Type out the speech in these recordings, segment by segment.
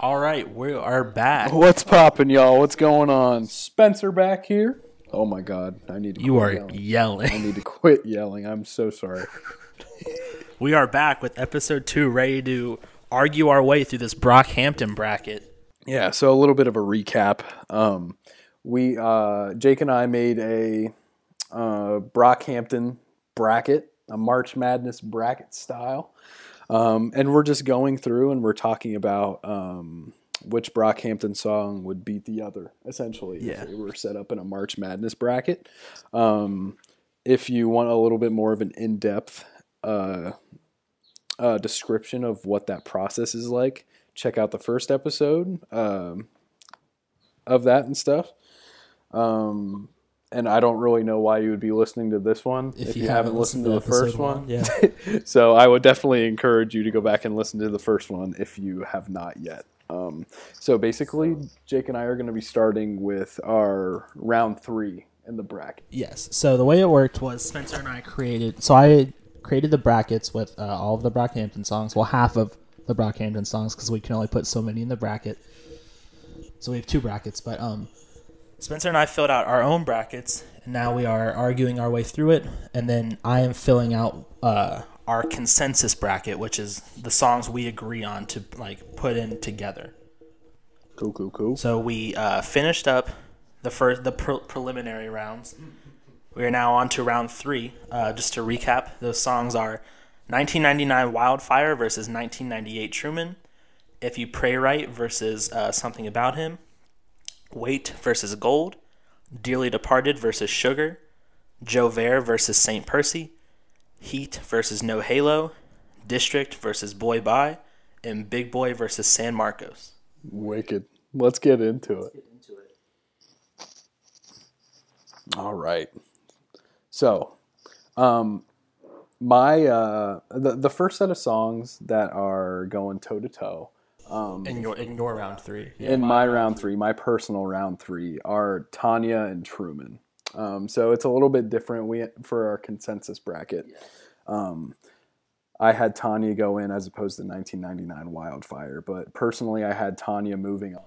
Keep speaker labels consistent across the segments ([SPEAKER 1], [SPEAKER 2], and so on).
[SPEAKER 1] All right, we are back.
[SPEAKER 2] What's poppin', y'all? What's going on? Spencer back here. Oh my god, I need to.
[SPEAKER 1] You
[SPEAKER 2] quit
[SPEAKER 1] are
[SPEAKER 2] Yelling. I
[SPEAKER 1] yelling.
[SPEAKER 2] need to quit yelling. I'm so sorry.
[SPEAKER 1] We are back with episode two, ready to argue our way through this Brockhampton bracket.
[SPEAKER 2] Yeah, so a little bit of a recap. Um, we uh, Jake and I made a uh, Brockhampton bracket, a March Madness bracket style, um, and we're just going through and we're talking about um, which Brockhampton song would beat the other, essentially.
[SPEAKER 1] Yeah.
[SPEAKER 2] if they were set up in a March Madness bracket. Um, if you want a little bit more of an in-depth uh, uh, description of what that process is like, check out the first episode um, of that and stuff. Um, and I don't really know why you would be listening to this one if, you, haven't, listened to the
[SPEAKER 3] episode
[SPEAKER 2] first one.
[SPEAKER 3] yeah.
[SPEAKER 2] So I would definitely encourage you to go back and listen to the first one if you have not yet. Um, so basically, Jake and I are going to be starting with our round three in the bracket.
[SPEAKER 3] Yes. So the way it worked was Spencer and I created. So I created the brackets with uh, all of the Brockhampton songs. Well, half of the Brockhampton songs because we can only put so many in the bracket. So we have two brackets, but um, Spencer and I filled out our own brackets, and now we are arguing our way through it. And then I am filling out uh,
[SPEAKER 1] Our consensus bracket, which is the songs we agree on to like put in together.
[SPEAKER 2] Cool, cool, cool.
[SPEAKER 1] So we uh, finished up the first the pre- preliminary rounds. We are now on to round three. Uh, just to recap, those songs are 1999 Wildfire versus 1998 Truman. If You Pray Right versus uh, Something About Him. Weight versus Gold. Dearly Departed versus Sugar. Joe Vare versus St. Percy. Heat versus No Halo. District versus Boy Bye. And Big Boy versus San Marcos.
[SPEAKER 2] Wicked. Let's get into it. All right. So, um, my uh, the the first set of songs that are going toe to toe
[SPEAKER 1] In your, in your round three.
[SPEAKER 2] in my round three, my personal round three, are Tanya and Truman. Um, so it's a little bit different we, for our consensus bracket. Um, I had Tanya go in as opposed to 1999 Wildfire, but personally, I had Tanya moving on.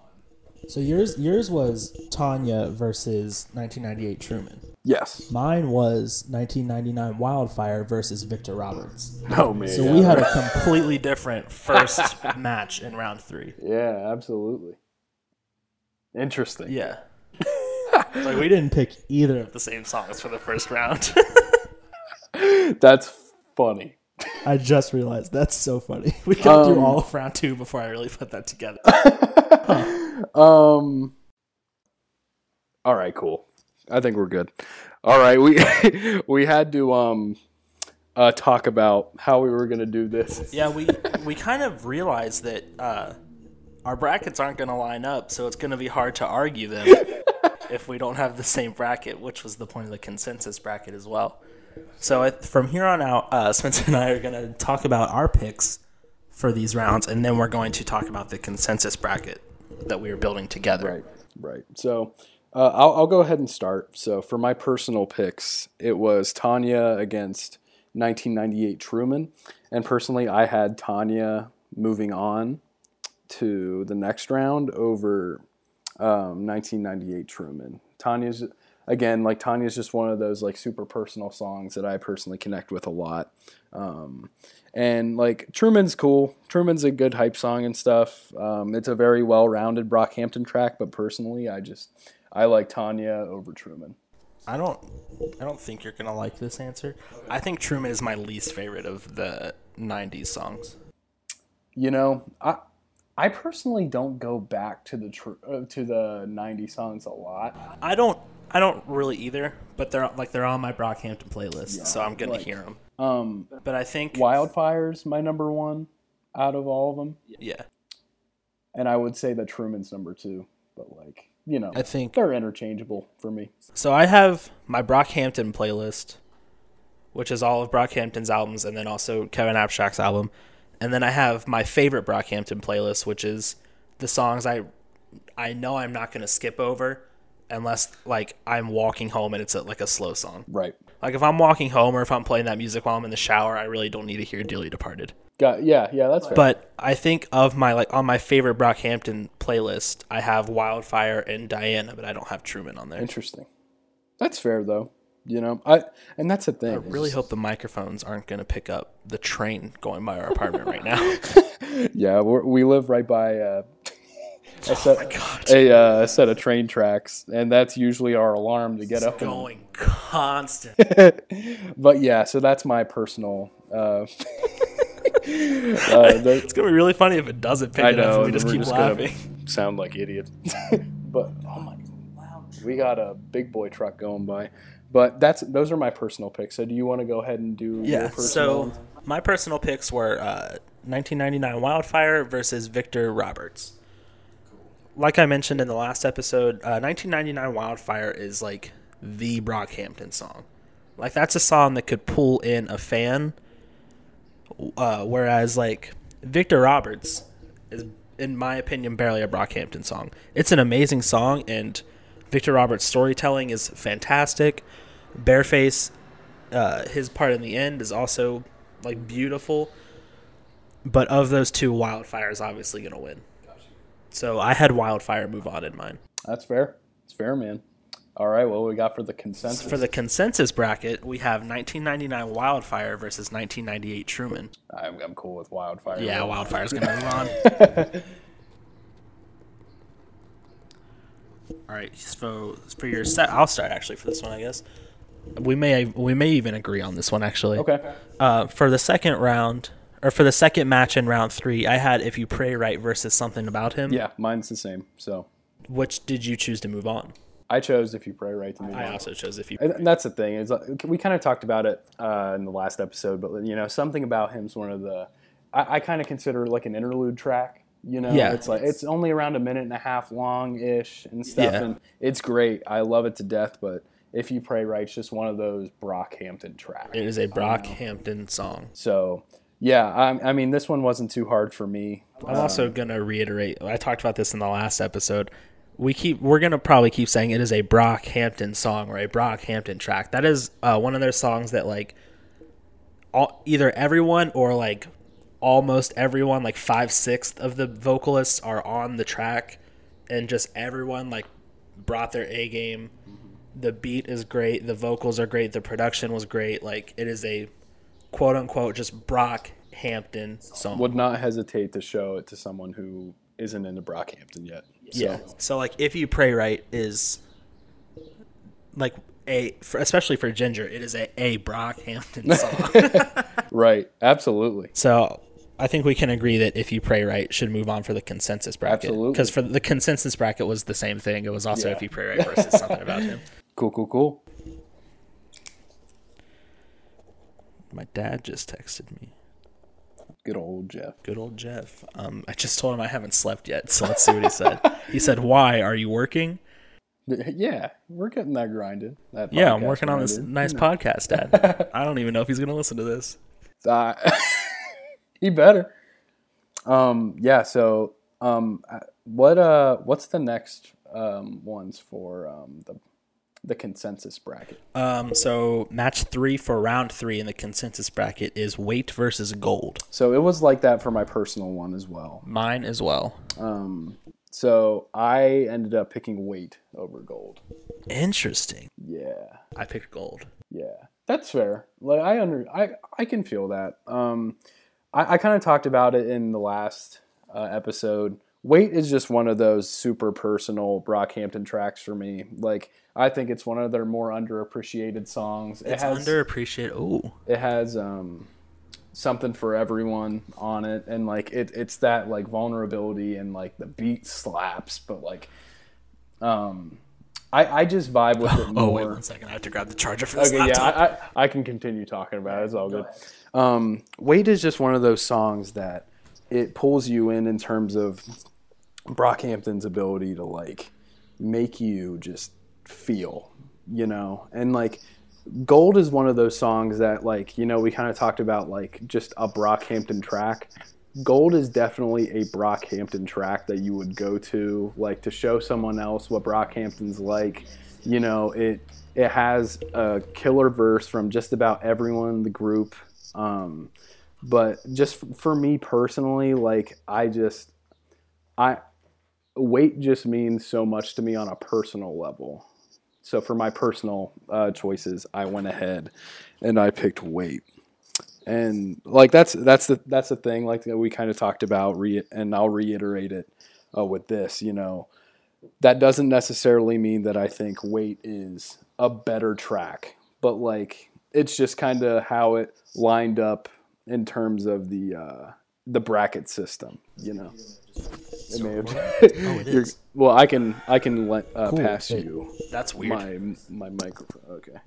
[SPEAKER 3] So yours yours was Tanya versus 1998 Truman.
[SPEAKER 2] Yes.
[SPEAKER 3] Mine was 1999 Wildfire versus Victor Roberts.
[SPEAKER 2] Oh man.
[SPEAKER 3] So we had a complete
[SPEAKER 1] completely different first match in round three.
[SPEAKER 2] yeah, absolutely. Interesting.
[SPEAKER 1] Yeah.
[SPEAKER 3] like we didn't pick either of
[SPEAKER 1] The same songs for the first round.
[SPEAKER 2] That's funny.
[SPEAKER 3] I just realized that's so funny. We got
[SPEAKER 2] Um,
[SPEAKER 3] through all of
[SPEAKER 1] round two before I really put that together.
[SPEAKER 2] Um. All right, cool. I think we're good. All right, we we had to um uh, talk about how we were gonna do this.
[SPEAKER 1] Yeah, we we kind of realized that uh, our brackets aren't going to line up, so it's going to be hard to argue them if we don't have the same bracket, which was the point of the consensus bracket as well. So I, from here on out, uh, Spencer and I are going to talk about our picks for these rounds, and then we're going to talk about the consensus bracket that we are building together.
[SPEAKER 2] Right, right. So uh, I'll I'll go ahead and start. So for my personal picks, it was Tanya against 1998 Truman, and personally, I had Tanya moving on to the next round over um, 1998 Truman. Tanya's again like Tanya's just one of those like super personal songs that I personally connect with a lot. Um, and like Truman's cool. Truman's a good hype song and stuff. Um, it's a very well-rounded Brockhampton track, but personally, I just I like Tanya over Truman.
[SPEAKER 1] I don't I don't think you're gonna like this answer. I think Truman is my least favorite of the nineties songs.
[SPEAKER 2] You know, I I personally don't go back to the tr- uh, to the 90 songs a lot.
[SPEAKER 1] I don't I don't really either, but they're like they're on my Brockhampton playlist, so I'm gonna 'em. hear them.
[SPEAKER 2] Um,
[SPEAKER 1] But I think
[SPEAKER 2] Wildfire's my number one out of all of them,
[SPEAKER 1] yeah,
[SPEAKER 2] and I would say that Truman's number two. But like, you know,
[SPEAKER 1] I think
[SPEAKER 2] they're interchangeable for me.
[SPEAKER 1] so. I have my Brockhampton playlist, which is all of Brockhampton's albums, and then also Kevin Abstrack's album, and then I have my favorite Brockhampton playlist, which is the songs I I know I'm not gonna skip over unless like I'm walking home and it's a, like a slow song.
[SPEAKER 2] Right.
[SPEAKER 1] Like if I'm walking home or if I'm playing that music while I'm in the shower, I really don't need to hear Dearly Departed.
[SPEAKER 2] Got yeah, yeah, that's fair.
[SPEAKER 1] But I think of my like on my favorite Brockhampton playlist, I have Wildfire and Diana, but I don't have Truman on there.
[SPEAKER 2] Interesting. That's fair though. You know, I and that's the thing.
[SPEAKER 1] I really hope the microphones aren't going to pick up the train going by our apartment right now. Oh
[SPEAKER 2] Yeah, we're, we live right by uh, a set,
[SPEAKER 1] God.
[SPEAKER 2] a, uh, a set of train tracks, and that's usually our alarm to get up. and-
[SPEAKER 1] Going constant.
[SPEAKER 2] but yeah, so that's my personal. Uh, uh, the-
[SPEAKER 1] It's gonna be really funny if it doesn't pick
[SPEAKER 2] I
[SPEAKER 1] it up
[SPEAKER 2] know.
[SPEAKER 1] and we just
[SPEAKER 2] we're
[SPEAKER 1] keep
[SPEAKER 2] gonna
[SPEAKER 1] laughing.
[SPEAKER 2] sound like idiots. but oh my, we got a big boy truck going by. But that's those are my personal picks. So do you want to go ahead and do your
[SPEAKER 1] Yeah.
[SPEAKER 2] personal?
[SPEAKER 1] So my personal picks were uh, 1999 Wildfire versus Victor Roberts. Like I mentioned in the last episode, uh, 1999 Wildfire is like the Brockhampton song. Like that's a song that could pull in a fan. Uh, whereas like Victor Roberts is, in my opinion, barely a Brockhampton song. It's an amazing song, and Victor Roberts' storytelling is fantastic. Bareface uh, his part in the end is also like beautiful. But of those two, Wildfire is obviously going to win. So I had Wildfire move on in mine.
[SPEAKER 2] that's fair. It's fair, man. All right. Well, we got for the consensus.
[SPEAKER 1] For the consensus bracket, we have 1999 Wildfire versus 1998 Truman.
[SPEAKER 2] I'm, I'm cool with wildfire.
[SPEAKER 1] Yeah, Wildfire's going to move on. All right, so for your set, I'll start actually for this one, I guess. We may we may even agree on this one actually.
[SPEAKER 2] Okay.
[SPEAKER 1] Uh, for the second round, or for the second match in round three, I had If You Pray Right versus Something About Him.
[SPEAKER 2] Yeah, mine's the same. So
[SPEAKER 1] Which did you choose to move on?
[SPEAKER 2] I chose if you pray right to move
[SPEAKER 1] I
[SPEAKER 2] on.
[SPEAKER 1] also chose If You
[SPEAKER 2] And that's the thing is like, we kind of talked about it uh, in the last episode, but you know something about him's one of the I, I kind of consider it like an interlude track. You know,
[SPEAKER 1] Yeah.
[SPEAKER 2] it's like it's only around a minute and a half long ish and stuff,
[SPEAKER 1] Yeah.
[SPEAKER 2] and it's great. I love it to death, but if you pray right, it's just one of those Brockhampton tracks.
[SPEAKER 1] It is a Brockhampton song.
[SPEAKER 2] so yeah, I, I mean this one wasn't too hard for me.
[SPEAKER 1] I'm also gonna reiterate. I talked about this in the last episode. We keep we're gonna probably keep saying it is a Brockhampton song or a Brockhampton track. That is uh, one of their songs that like all, either everyone or like almost everyone, like five sixths of the vocalists are on the track, and just everyone like brought their A game. The beat is great. The vocals are great. The production was great. Like it is a quote unquote just Brockhampton song.
[SPEAKER 2] Would not hesitate to show it to someone who isn't into Brockhampton yet. So.
[SPEAKER 1] Yeah. So like, if you pray right is like a for, especially for Ginger, it is a a Brockhampton song.
[SPEAKER 2] Right. Absolutely.
[SPEAKER 1] so I think we can agree that if you pray right should move on for the consensus bracket.
[SPEAKER 2] Absolutely.
[SPEAKER 1] Because for the consensus bracket was the same thing. It was also
[SPEAKER 2] Yeah.
[SPEAKER 1] if you pray right versus something about him.
[SPEAKER 2] Cool. Cool. Cool.
[SPEAKER 1] My dad just texted me.
[SPEAKER 2] Good old Jeff.
[SPEAKER 1] Good old Jeff. Um, I just told him I haven't slept yet, so let's see what he said. he said, "Why are you working?"
[SPEAKER 2] Yeah, we're getting that grinded. That
[SPEAKER 1] Yeah, I'm
[SPEAKER 2] podcast
[SPEAKER 1] working on this
[SPEAKER 2] grinded.
[SPEAKER 1] nice podcast, Dad. I don't even know if he's gonna listen to this.
[SPEAKER 2] Uh, he better. Um, yeah. So, um, I- what uh, what's the next um ones for um the the consensus bracket?
[SPEAKER 1] Um, so match three for round three in the consensus bracket is weight versus gold.
[SPEAKER 2] So it was like that for my personal one as well.
[SPEAKER 1] Mine as well.
[SPEAKER 2] Um, so I ended up picking weight over gold.
[SPEAKER 1] Interesting.
[SPEAKER 2] Yeah.
[SPEAKER 1] I picked gold.
[SPEAKER 2] Yeah, that's fair. Like I under I I can feel that. Um, I, I kind of talked about it in the last uh, episode. Weight is just one of those super personal Brockhampton tracks for me. Like I think it's one of their more underappreciated songs. It
[SPEAKER 1] It's
[SPEAKER 2] has
[SPEAKER 1] underappreciated. Ooh.
[SPEAKER 2] it has um something for everyone on it, and like it it's that like vulnerability and like the beat slaps, but like um. I, I just vibe with it more.
[SPEAKER 1] Oh, wait one second. I have to grab the charger for this
[SPEAKER 2] Okay, yeah,
[SPEAKER 1] laptop.
[SPEAKER 2] I, I, I can continue talking about it. It's all good. Um, Wait is just one of those songs that it pulls you in in terms of Brockhampton's ability to like make you just feel, you know, and like Gold is one of those songs that like you know we kind of talked about like just a Brockhampton track. Gold is definitely a Brockhampton track that you would go to like to show someone else what Brockhampton's like. You know, it it has a killer verse from just about everyone in the group. Um, but just f- for me personally like i just i weight just means so much to me on a personal level so for my personal uh, choices i went ahead and i picked weight and like that's that's the that's the thing like that we kind of talked about re- and i'll reiterate it uh, with this you know that doesn't necessarily mean that i think weight is a better track but like it's just kind of how it lined up in terms of the uh, the bracket system you know it may have-
[SPEAKER 1] Oh, it
[SPEAKER 2] You're-
[SPEAKER 1] is.
[SPEAKER 2] well i can i can let uh,
[SPEAKER 3] Cool.
[SPEAKER 2] pass
[SPEAKER 3] Wait.
[SPEAKER 2] you
[SPEAKER 1] That's weird.
[SPEAKER 2] my my microphone okay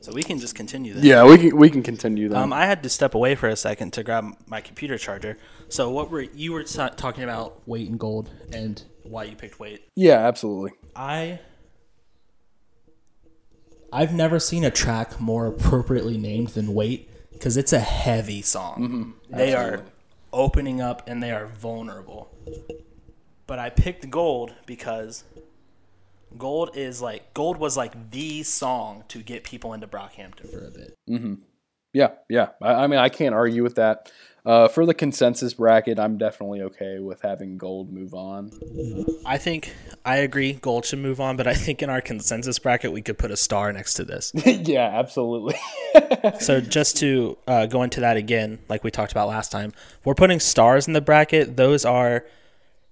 [SPEAKER 1] So we can just continue this.
[SPEAKER 2] yeah we can we can continue that
[SPEAKER 1] Um, I had to step away for a second to grab my computer charger. So what were you were ta- talking about
[SPEAKER 3] Weight and gold, and
[SPEAKER 1] why you picked weight?
[SPEAKER 2] yeah absolutely
[SPEAKER 1] I
[SPEAKER 3] I've never seen a track more appropriately named than Wait because it's a heavy song.
[SPEAKER 1] Mm-hmm. they are opening up and they are vulnerable. But I picked gold because gold is like gold was like the song to get people into Brockhampton
[SPEAKER 3] for a bit.
[SPEAKER 2] Yeah, yeah. I, I mean, I can't argue with that. Uh, for the consensus bracket, I'm definitely okay with having gold move on.
[SPEAKER 1] I think I agree. Gold should move on, but I think in our consensus bracket we could put a star next to this.
[SPEAKER 2] yeah, absolutely.
[SPEAKER 1] so just to uh, go into that again, like we talked about last time, we're putting stars in the bracket. Those are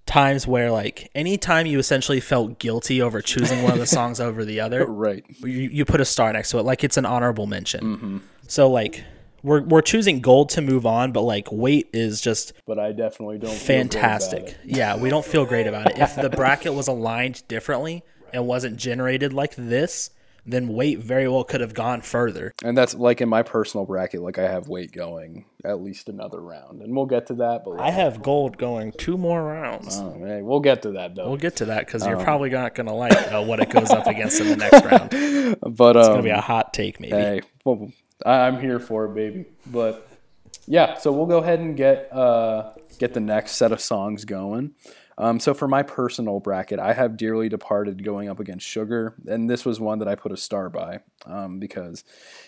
[SPEAKER 1] times where like any time you essentially felt guilty over choosing one of the songs over the other,
[SPEAKER 2] right.
[SPEAKER 1] you, you put a star next to it, like it's an honorable mention.
[SPEAKER 2] Mm-hmm.
[SPEAKER 1] So like. We're, we're choosing gold to move on, but like weight is just
[SPEAKER 2] But I definitely don't. feel good about
[SPEAKER 1] fantastic.
[SPEAKER 2] it.
[SPEAKER 1] Yeah, we don't feel great about it. If the bracket was aligned differently and wasn't generated like this, then weight very well could have gone further.
[SPEAKER 2] And that's like in my personal bracket. Like I have weight going at least another round, and we'll get to that. But
[SPEAKER 1] I
[SPEAKER 2] like,
[SPEAKER 1] have gold going two more rounds.
[SPEAKER 2] oh, hey, we'll get to that though.
[SPEAKER 1] We'll get to that
[SPEAKER 2] Oh.
[SPEAKER 1] because you're probably not going to like uh, what it goes up against in the next round. It's
[SPEAKER 2] but um,
[SPEAKER 1] going to be a hot take, maybe.
[SPEAKER 2] hey, well, I- I'm here for it, baby. But yeah, so we'll go ahead and get uh, get the next set of songs going. Um, so for my personal bracket, I have "Dearly Departed" going up against "Sugar," and this was one that I put a star by um, because,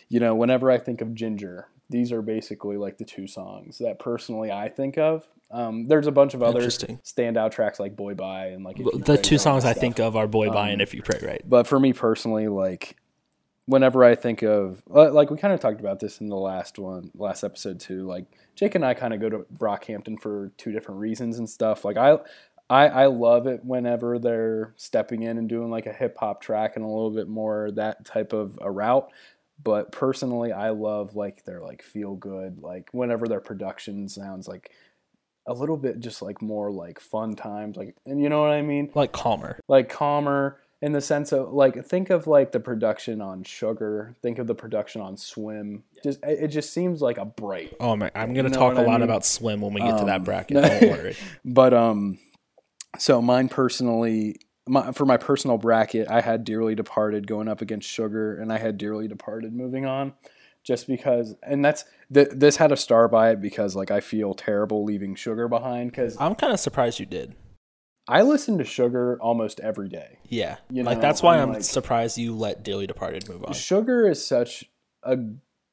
[SPEAKER 2] you know, whenever I think of Ginger, these are basically like the two songs that personally I think of. Um, there's a bunch of other
[SPEAKER 1] Interesting.
[SPEAKER 2] standout tracks like "Boy Bye" and like If You
[SPEAKER 1] The
[SPEAKER 2] Pray
[SPEAKER 1] two
[SPEAKER 2] Right
[SPEAKER 1] songs
[SPEAKER 2] and
[SPEAKER 1] I
[SPEAKER 2] stuff Um,
[SPEAKER 1] think of are Boy By and If You Pray Right.
[SPEAKER 2] but for me personally like whenever i think of li- like we kind of talked about this in the last one last episode too like jake and i kind of go to brockhampton for two different reasons and stuff like i i, I love it whenever they're stepping in and doing like a hip-hop track and a little bit more that type of a route but personally i love like their like feel good like whenever their production sounds like a little bit just like more like fun times like and you know what i mean
[SPEAKER 1] Like Calmer.
[SPEAKER 2] like calmer in the sense of like think of like the production on sugar think of the production on swim just it it just seems like a bright
[SPEAKER 1] Oh, my, I'm going to
[SPEAKER 2] You know
[SPEAKER 1] talk
[SPEAKER 2] what
[SPEAKER 1] a
[SPEAKER 2] I
[SPEAKER 1] lot
[SPEAKER 2] mean?
[SPEAKER 1] about Swim when we get to that
[SPEAKER 2] Um,
[SPEAKER 1] bracket. Don't worry.
[SPEAKER 2] but um so mine personally my, for my personal bracket i had dearly departed going up against sugar and i had dearly departed moving on just because and that's th- this had a star by it because like i feel terrible leaving sugar behind because
[SPEAKER 1] I'm kind of surprised you did.
[SPEAKER 2] i listen to sugar almost every day
[SPEAKER 1] Yeah.
[SPEAKER 2] You
[SPEAKER 1] like,
[SPEAKER 2] know,
[SPEAKER 1] that's why
[SPEAKER 2] I'm
[SPEAKER 1] I'm,
[SPEAKER 2] like-
[SPEAKER 1] surprised you let Daily Departed move on.
[SPEAKER 2] sugar is such a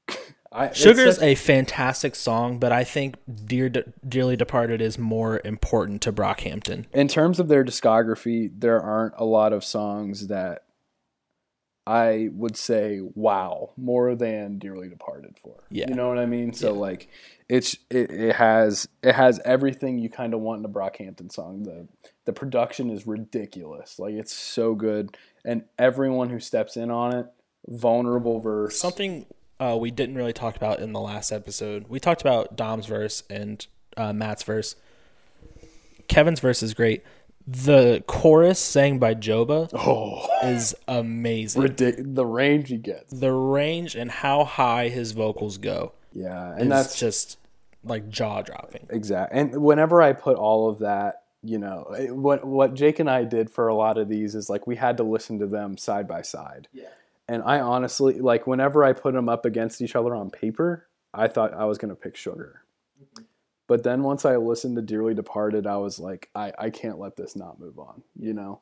[SPEAKER 2] I, it's
[SPEAKER 1] Sugar's
[SPEAKER 2] such-
[SPEAKER 1] a fantastic song, but I think Dear De- Dearly Departed is more important to Brockhampton.
[SPEAKER 2] in terms of their discography, there aren't a lot of songs that I would say wow more than Dearly Departed for.
[SPEAKER 1] Yeah.
[SPEAKER 2] You know what I mean? So like it's it, it has it has everything you kind of want in a Brockhampton song. The the production is ridiculous. Like it's so good and everyone who steps in on it vulnerable verse.
[SPEAKER 1] Something uh, we didn't really talk about in the last episode. We talked about Dom's verse and uh, Matt's verse. Kevin's verse is great. The chorus sang by Joba
[SPEAKER 2] Oh,
[SPEAKER 1] is amazing.
[SPEAKER 2] ridic- the range he gets.
[SPEAKER 1] the range and how high his vocals go
[SPEAKER 2] Yeah, and
[SPEAKER 1] is
[SPEAKER 2] that's
[SPEAKER 1] just like jaw dropping.
[SPEAKER 2] Exactly. And whenever I put all of that, you know, it- what what Jake and I did for a lot of these is like we had to listen to them side by side. Yeah. And I honestly like whenever I put them up against each other on paper, I thought I was going to pick Sugar. But then once I listened to Dearly Departed, I was like, I, I can't let this not move on, you know.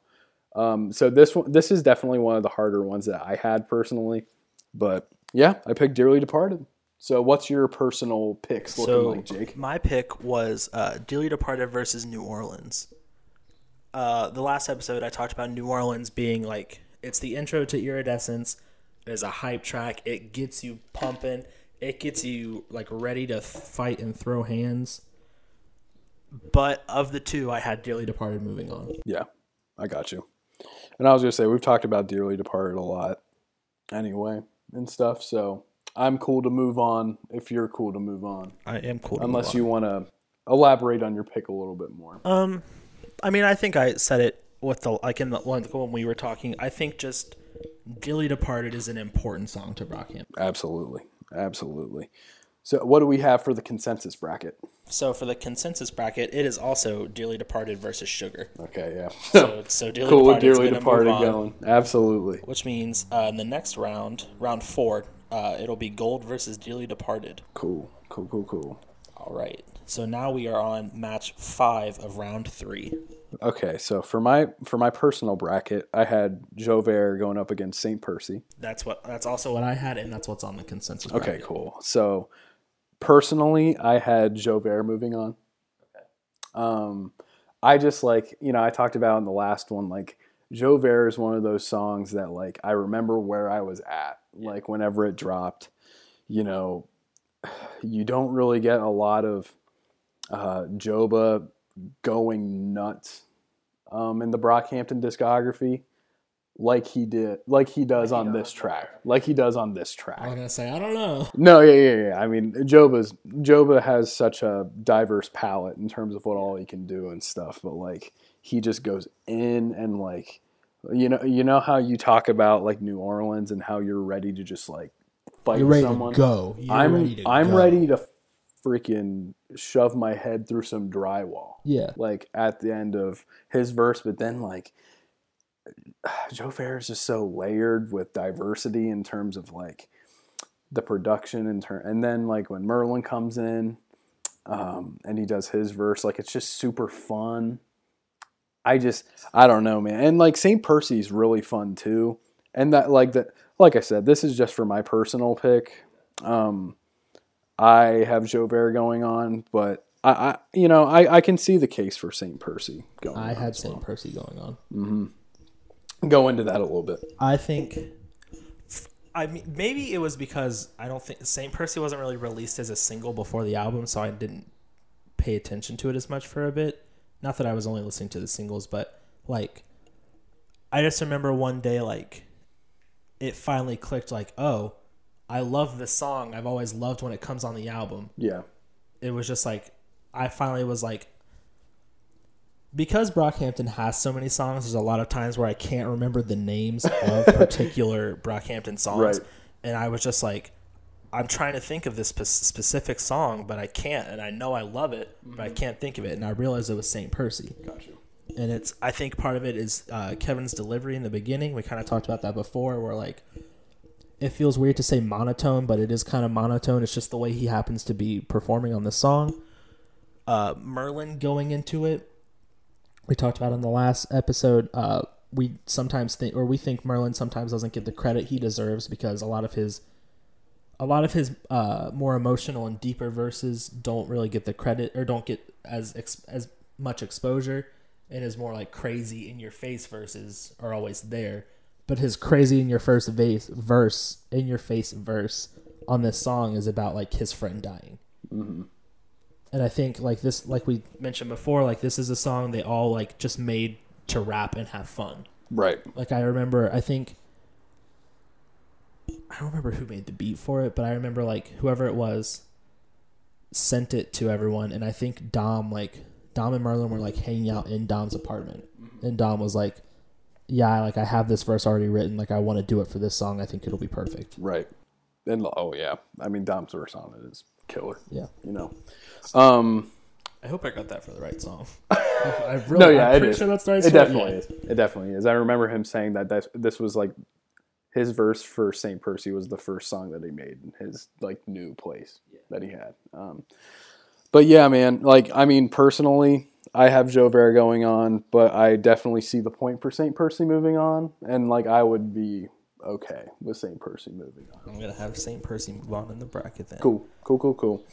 [SPEAKER 2] Um, so this one, this is definitely one of the harder ones that I had personally, but yeah, I picked Dearly Departed. So what's your personal picks looking
[SPEAKER 1] so
[SPEAKER 2] like, Jake?
[SPEAKER 1] my pick was uh, Dearly Departed versus New Orleans. Uh, the last episode I talked about New Orleans being like it's the intro to Iridescence. It's a hype track. It gets you pumping. It gets you like ready to fight and throw hands. But of the two, I had Dearly Departed moving on.
[SPEAKER 2] Yeah, I got you. And I was gonna say we've talked about Dearly Departed a lot, anyway, and stuff. So I'm cool to move on if you're cool to move on,
[SPEAKER 1] I am cool. to
[SPEAKER 2] unless
[SPEAKER 1] move
[SPEAKER 2] you want to elaborate on your pick a little bit more.
[SPEAKER 1] on. um, I mean, I think I said it with the like in the one when we were talking. I think just Dearly Departed is an important song to Brockhampton.
[SPEAKER 2] Absolutely, absolutely. So what do we have for the consensus bracket?
[SPEAKER 1] So for the consensus bracket, it is also Dearly Departed versus Sugar.
[SPEAKER 2] Okay, yeah.
[SPEAKER 1] So, so Dearly
[SPEAKER 2] cool,
[SPEAKER 1] Departed's
[SPEAKER 2] Dearly
[SPEAKER 1] gonna move
[SPEAKER 2] Departed
[SPEAKER 1] on,
[SPEAKER 2] going. Absolutely.
[SPEAKER 1] Which means uh, in the next round, round four, uh, it'll be Gold versus Dearly Departed.
[SPEAKER 2] Cool, cool, cool, cool.
[SPEAKER 1] All right. So now we are on match five of round three.
[SPEAKER 2] Okay, so for my for my personal bracket, I had Jovert going up against St. Percy.
[SPEAKER 1] That's what. That's also what I had, and that's what's on the consensus.
[SPEAKER 2] Okay, cool. So personally, I had Jovert moving on. Um, I just like you know I talked about in the last one like Jovert is one of those songs that like I remember where I was at like whenever it dropped. You know, you don't really get a lot of uh, Joba going nuts um, in the Brockhampton discography like he did like he does on this track like he does on this track
[SPEAKER 3] I'm gonna say I don't know.
[SPEAKER 2] no, yeah, yeah, yeah. I mean, Joba's Joba has such a diverse palette in terms of what all he can do and stuff, but like he just goes in and like you know, you know how you talk about like New Orleans and how you're ready to just like fight
[SPEAKER 3] You're ready
[SPEAKER 2] someone.
[SPEAKER 3] to go. You're
[SPEAKER 2] I'm
[SPEAKER 3] ready to
[SPEAKER 2] I'm
[SPEAKER 3] go.
[SPEAKER 2] ready to freaking shove my head through some drywall
[SPEAKER 3] Yeah.
[SPEAKER 2] like at the end of his verse, but then like Joe Fair is just so layered with diversity in terms of like the production and turn, and then like when Merlin comes in um, and he does his verse, like it's just super fun. I just I don't know, man, and like St. Percy's really fun too, and that like that like I said, this is just for my personal pick. Um, I have Jobert going on, but I, I you know, I, I can see the case for St. Percy going
[SPEAKER 3] I
[SPEAKER 2] on.
[SPEAKER 3] had St. Percy going on.
[SPEAKER 2] Go into that a little bit.
[SPEAKER 3] I think
[SPEAKER 1] I mean, maybe it was because I don't think Saint Percy wasn't really released as a single before the album, so I didn't pay attention to it as much for a bit. Not that I was only listening to the singles, but like, I just remember one day like it finally clicked. Like, oh, I love this song. I've always loved when it comes on the album.
[SPEAKER 2] Yeah.
[SPEAKER 1] It was just like I finally was like. Because Brockhampton has so many songs, there's a lot of times where I can't remember the names of particular Brockhampton songs
[SPEAKER 2] Right.
[SPEAKER 1] and I was just like, I'm trying to think of this spe- specific song, but I can't, and I know I love it, but I can't think of it, and I realized it was Saint Percy,
[SPEAKER 2] Got you.
[SPEAKER 1] and it's I think part of it is uh, Kevin's delivery in the beginning. We kind of talked about that before, where like it feels weird to say monotone, but it is kind of monotone. It's just the way he happens to be performing on the song. Uh, Merlin going into it, we talked about in the last episode. Uh, we sometimes think, or we think Merlin sometimes doesn't get the credit he deserves because a lot of his, a lot of his uh, more emotional and deeper verses don't really get the credit or don't get as ex- as much exposure, and his more like crazy in your face verses are always there. But his crazy in your first vase verse, in your face verse on this song is about like his friend dying and I think like this, like we mentioned before, like this is a song they all like just made to rap and have fun.
[SPEAKER 2] Right.
[SPEAKER 1] Like I remember, I think I don't remember who made the beat for it, but I remember like whoever it was sent it to everyone, and I think Dom like Dom and Merlin were like hanging out in Dom's apartment, and Dom was like, "Yeah, like I have this verse already written. Like I want to do it for this song. I think it'll be perfect."
[SPEAKER 2] Right. And oh yeah. I mean Dom's verse on it is killer.
[SPEAKER 3] Yeah.
[SPEAKER 2] You know. Um
[SPEAKER 1] I hope I got that for the right song. I, I really,
[SPEAKER 2] No, yeah,
[SPEAKER 1] Oh, I'm
[SPEAKER 2] it
[SPEAKER 1] pretty
[SPEAKER 2] is.
[SPEAKER 1] sure that's the right
[SPEAKER 2] it
[SPEAKER 1] song. Yeah.
[SPEAKER 2] definitely is. It definitely is. I remember him saying that this, this was like his verse for St. Percy was the first song that he made in his like new place that he had. Um, but yeah, man. Like, I mean, personally, I have Joe Vera going on, but I definitely see the point for St. Percy moving on, and like, I would be okay with St. Percy moving on.
[SPEAKER 1] I'm gonna have St. Percy move on in the bracket then.
[SPEAKER 2] Cool, cool, cool, cool.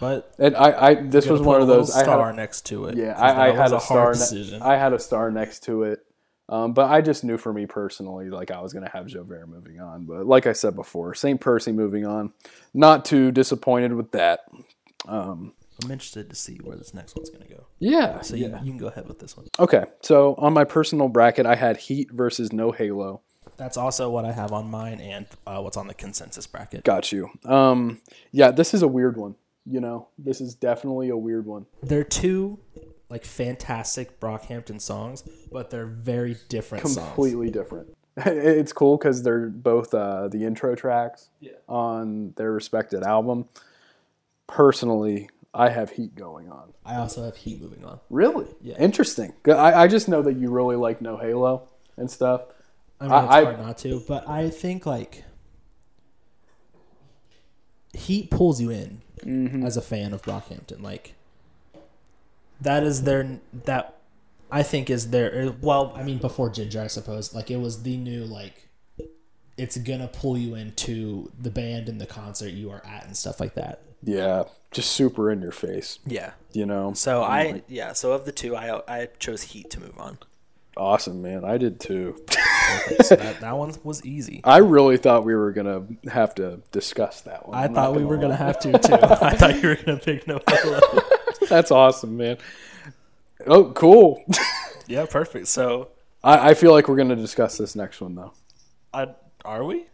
[SPEAKER 1] But
[SPEAKER 2] And I, I this
[SPEAKER 1] gonna
[SPEAKER 2] was
[SPEAKER 1] put
[SPEAKER 2] one
[SPEAKER 1] a
[SPEAKER 2] of
[SPEAKER 1] little
[SPEAKER 2] those. I had
[SPEAKER 1] star
[SPEAKER 2] a-
[SPEAKER 1] next to it.
[SPEAKER 2] yeah,
[SPEAKER 1] 'cause
[SPEAKER 2] I, I
[SPEAKER 1] that was
[SPEAKER 2] had a, star.
[SPEAKER 1] hard
[SPEAKER 2] ne-
[SPEAKER 1] decision.
[SPEAKER 2] I had a star next to it, um, but I just knew for me personally, like I was gonna have Jovert moving on. But like I said before, St. Percy moving on. Not too disappointed with that. Um,
[SPEAKER 1] I'm interested to see where this next one's gonna go.
[SPEAKER 2] yeah,
[SPEAKER 1] So
[SPEAKER 2] yeah.
[SPEAKER 1] you, you can go ahead with this one.
[SPEAKER 2] Okay, so on my personal bracket, I had Heat versus No Halo.
[SPEAKER 1] That's also what I have on mine and uh, what's on the consensus bracket.
[SPEAKER 2] Got you. Um, yeah, this is a weird one. You know, this is definitely a weird one.
[SPEAKER 1] They're two like fantastic Brockhampton songs, but they're very different songs.
[SPEAKER 2] Completely different. It's cool because they're both uh, the intro tracks on their respected album. Personally, I have Heat going on.
[SPEAKER 1] I also have Heat moving on.
[SPEAKER 2] Really? Yeah. Interesting. 'Cause I, I just know that you really like No Halo and stuff.
[SPEAKER 1] I mean,
[SPEAKER 2] I-
[SPEAKER 1] it's
[SPEAKER 2] I-
[SPEAKER 1] hard not to, but I think like Heat pulls you in as a fan of Brockhampton. Like that is their that I think is their uh, well. I mean, before Ginger, I suppose. Like it was the new like it's gonna pull you into the band and the concert you are at and stuff like that.
[SPEAKER 2] Yeah, just super in your face.
[SPEAKER 1] Yeah.
[SPEAKER 2] You know,
[SPEAKER 1] So I yeah. So of the two, I I chose Heat to move on.
[SPEAKER 2] awesome man. I did too.
[SPEAKER 1] So that that one was easy.
[SPEAKER 2] I really thought we were gonna have to discuss that one.
[SPEAKER 1] I
[SPEAKER 2] I'm
[SPEAKER 1] thought
[SPEAKER 2] not
[SPEAKER 1] we were
[SPEAKER 2] lie.
[SPEAKER 1] gonna have to too. I thought you were gonna pick no.
[SPEAKER 2] That's awesome, man. Oh, cool.
[SPEAKER 1] Yeah, perfect. So,
[SPEAKER 2] I, I feel like we're gonna discuss this next one though.
[SPEAKER 1] I, are we?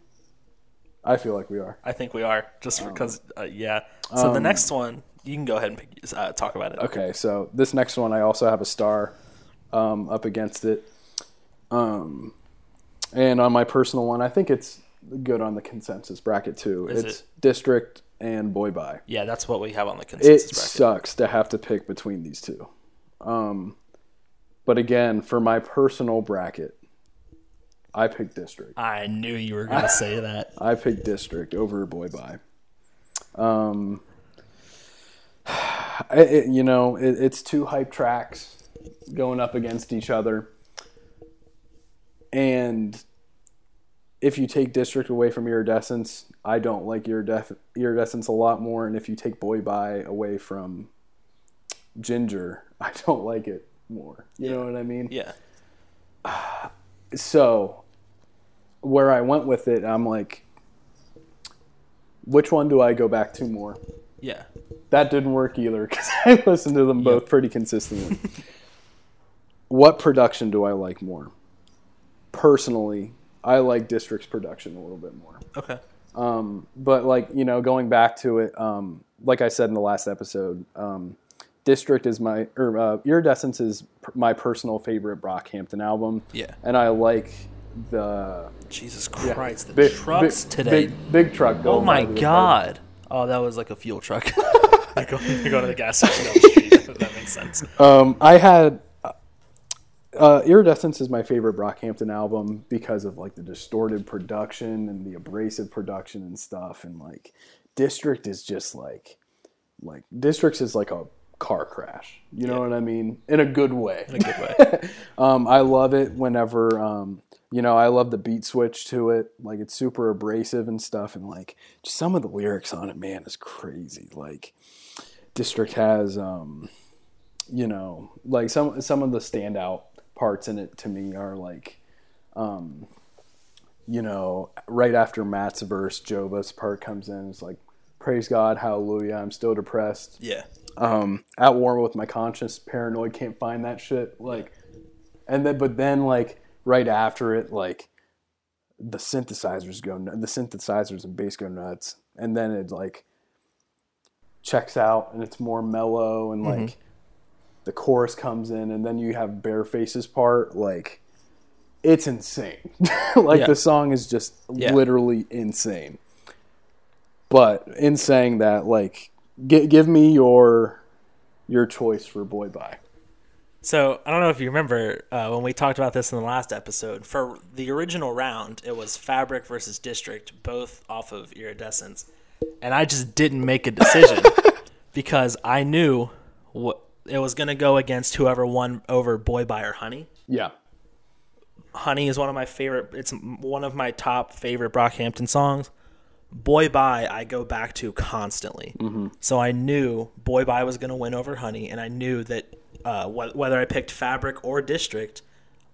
[SPEAKER 2] I feel like we are.
[SPEAKER 1] I think we are, just
[SPEAKER 2] Oh.
[SPEAKER 1] because. Uh, yeah. So the next one, you can go ahead and pick, uh, talk about it.
[SPEAKER 2] Um, Okay, so this next one I also have a star um, up against it. Um, and on my personal one, I think it's good on the consensus bracket too.
[SPEAKER 1] Is
[SPEAKER 2] it's district and boy bye.
[SPEAKER 1] Yeah, that's what we have on the consensus
[SPEAKER 2] it
[SPEAKER 1] bracket.
[SPEAKER 2] sucks to have to pick between these two. Um, but again, for my personal bracket, I picked district.
[SPEAKER 1] I knew you were gonna say that.
[SPEAKER 2] I picked district over boy bye. Um, I- it- you know, it, it's two hype tracks going up against each other, and if you take district away from iridescence, I don't like iridef- iridescence a lot more. And if you take boy bye away from ginger, I don't like it more. You know what I mean?
[SPEAKER 1] Yeah.
[SPEAKER 2] so where I went with it, I'm like, which one do I go back to more?
[SPEAKER 1] Yeah.
[SPEAKER 2] That didn't work either because I listened to them both pretty consistently. what production do I like more? Personally, I like District's production a little bit more. Um,
[SPEAKER 1] Okay.
[SPEAKER 2] But like you know, going back to it, um, like I said in the last episode, um, District is my or uh, Iridescence is p- my personal favorite Brockhampton album.
[SPEAKER 1] Yeah.
[SPEAKER 2] and I like the
[SPEAKER 1] Jesus Christ, the
[SPEAKER 2] big
[SPEAKER 1] trucks
[SPEAKER 2] big-
[SPEAKER 1] today.
[SPEAKER 2] Big, big truck.
[SPEAKER 1] oh
[SPEAKER 2] Going
[SPEAKER 1] my
[SPEAKER 2] by the-
[SPEAKER 1] God. Oh, that was like a fuel truck. I go, I go to the gas station down the street. if that makes sense.
[SPEAKER 2] Um, I had uh, Iridescence is my favorite Brockhampton album because of like the distorted production and the abrasive production and stuff, and like District is just like like Districts is like a car crash. You know what I mean? In a good way.
[SPEAKER 1] In a good way.
[SPEAKER 2] Um, I love it whenever um, you know I love the beat switch to it. Like it's super abrasive and stuff, and like just some of the lyrics on it, man, is crazy. Like District has, um, you know, like some some of the standout parts in it to me are like, um, you know, right after Matt's verse, Joba's part comes in. It's like, praise God, hallelujah, I'm still depressed
[SPEAKER 1] Yeah.
[SPEAKER 2] um, at war with my conscience, paranoid, can't find that shit. Like, and then, but then, like, right after it, like, the synthesizers go, nu- the synthesizers and bass go nuts. And then it, like, checks out and it's more mellow and,
[SPEAKER 1] Mm-hmm.
[SPEAKER 2] like, the chorus comes in and then you have Bare Faces part. Like, it's insane. like,
[SPEAKER 1] Yeah.
[SPEAKER 2] the song is just
[SPEAKER 1] Yeah.
[SPEAKER 2] literally insane. But in saying that, like, gi- give me your your choice for boy bye.
[SPEAKER 1] So I don't know if you remember uh, when we talked about this in the last episode. For the original round, it was Fabric versus District, both off of Iridescence, and I just didn't make a decision because I knew what it was going to go against whoever won over Boy Buy or Honey.
[SPEAKER 2] Yeah,
[SPEAKER 1] Honey is one of my favorite. It's m- one of my top favorite Brockhampton songs. Boy Bye, I go back to constantly. So I knew Boy Bye was going to win over Honey, and I knew that uh, wh- whether I picked Fabric or District,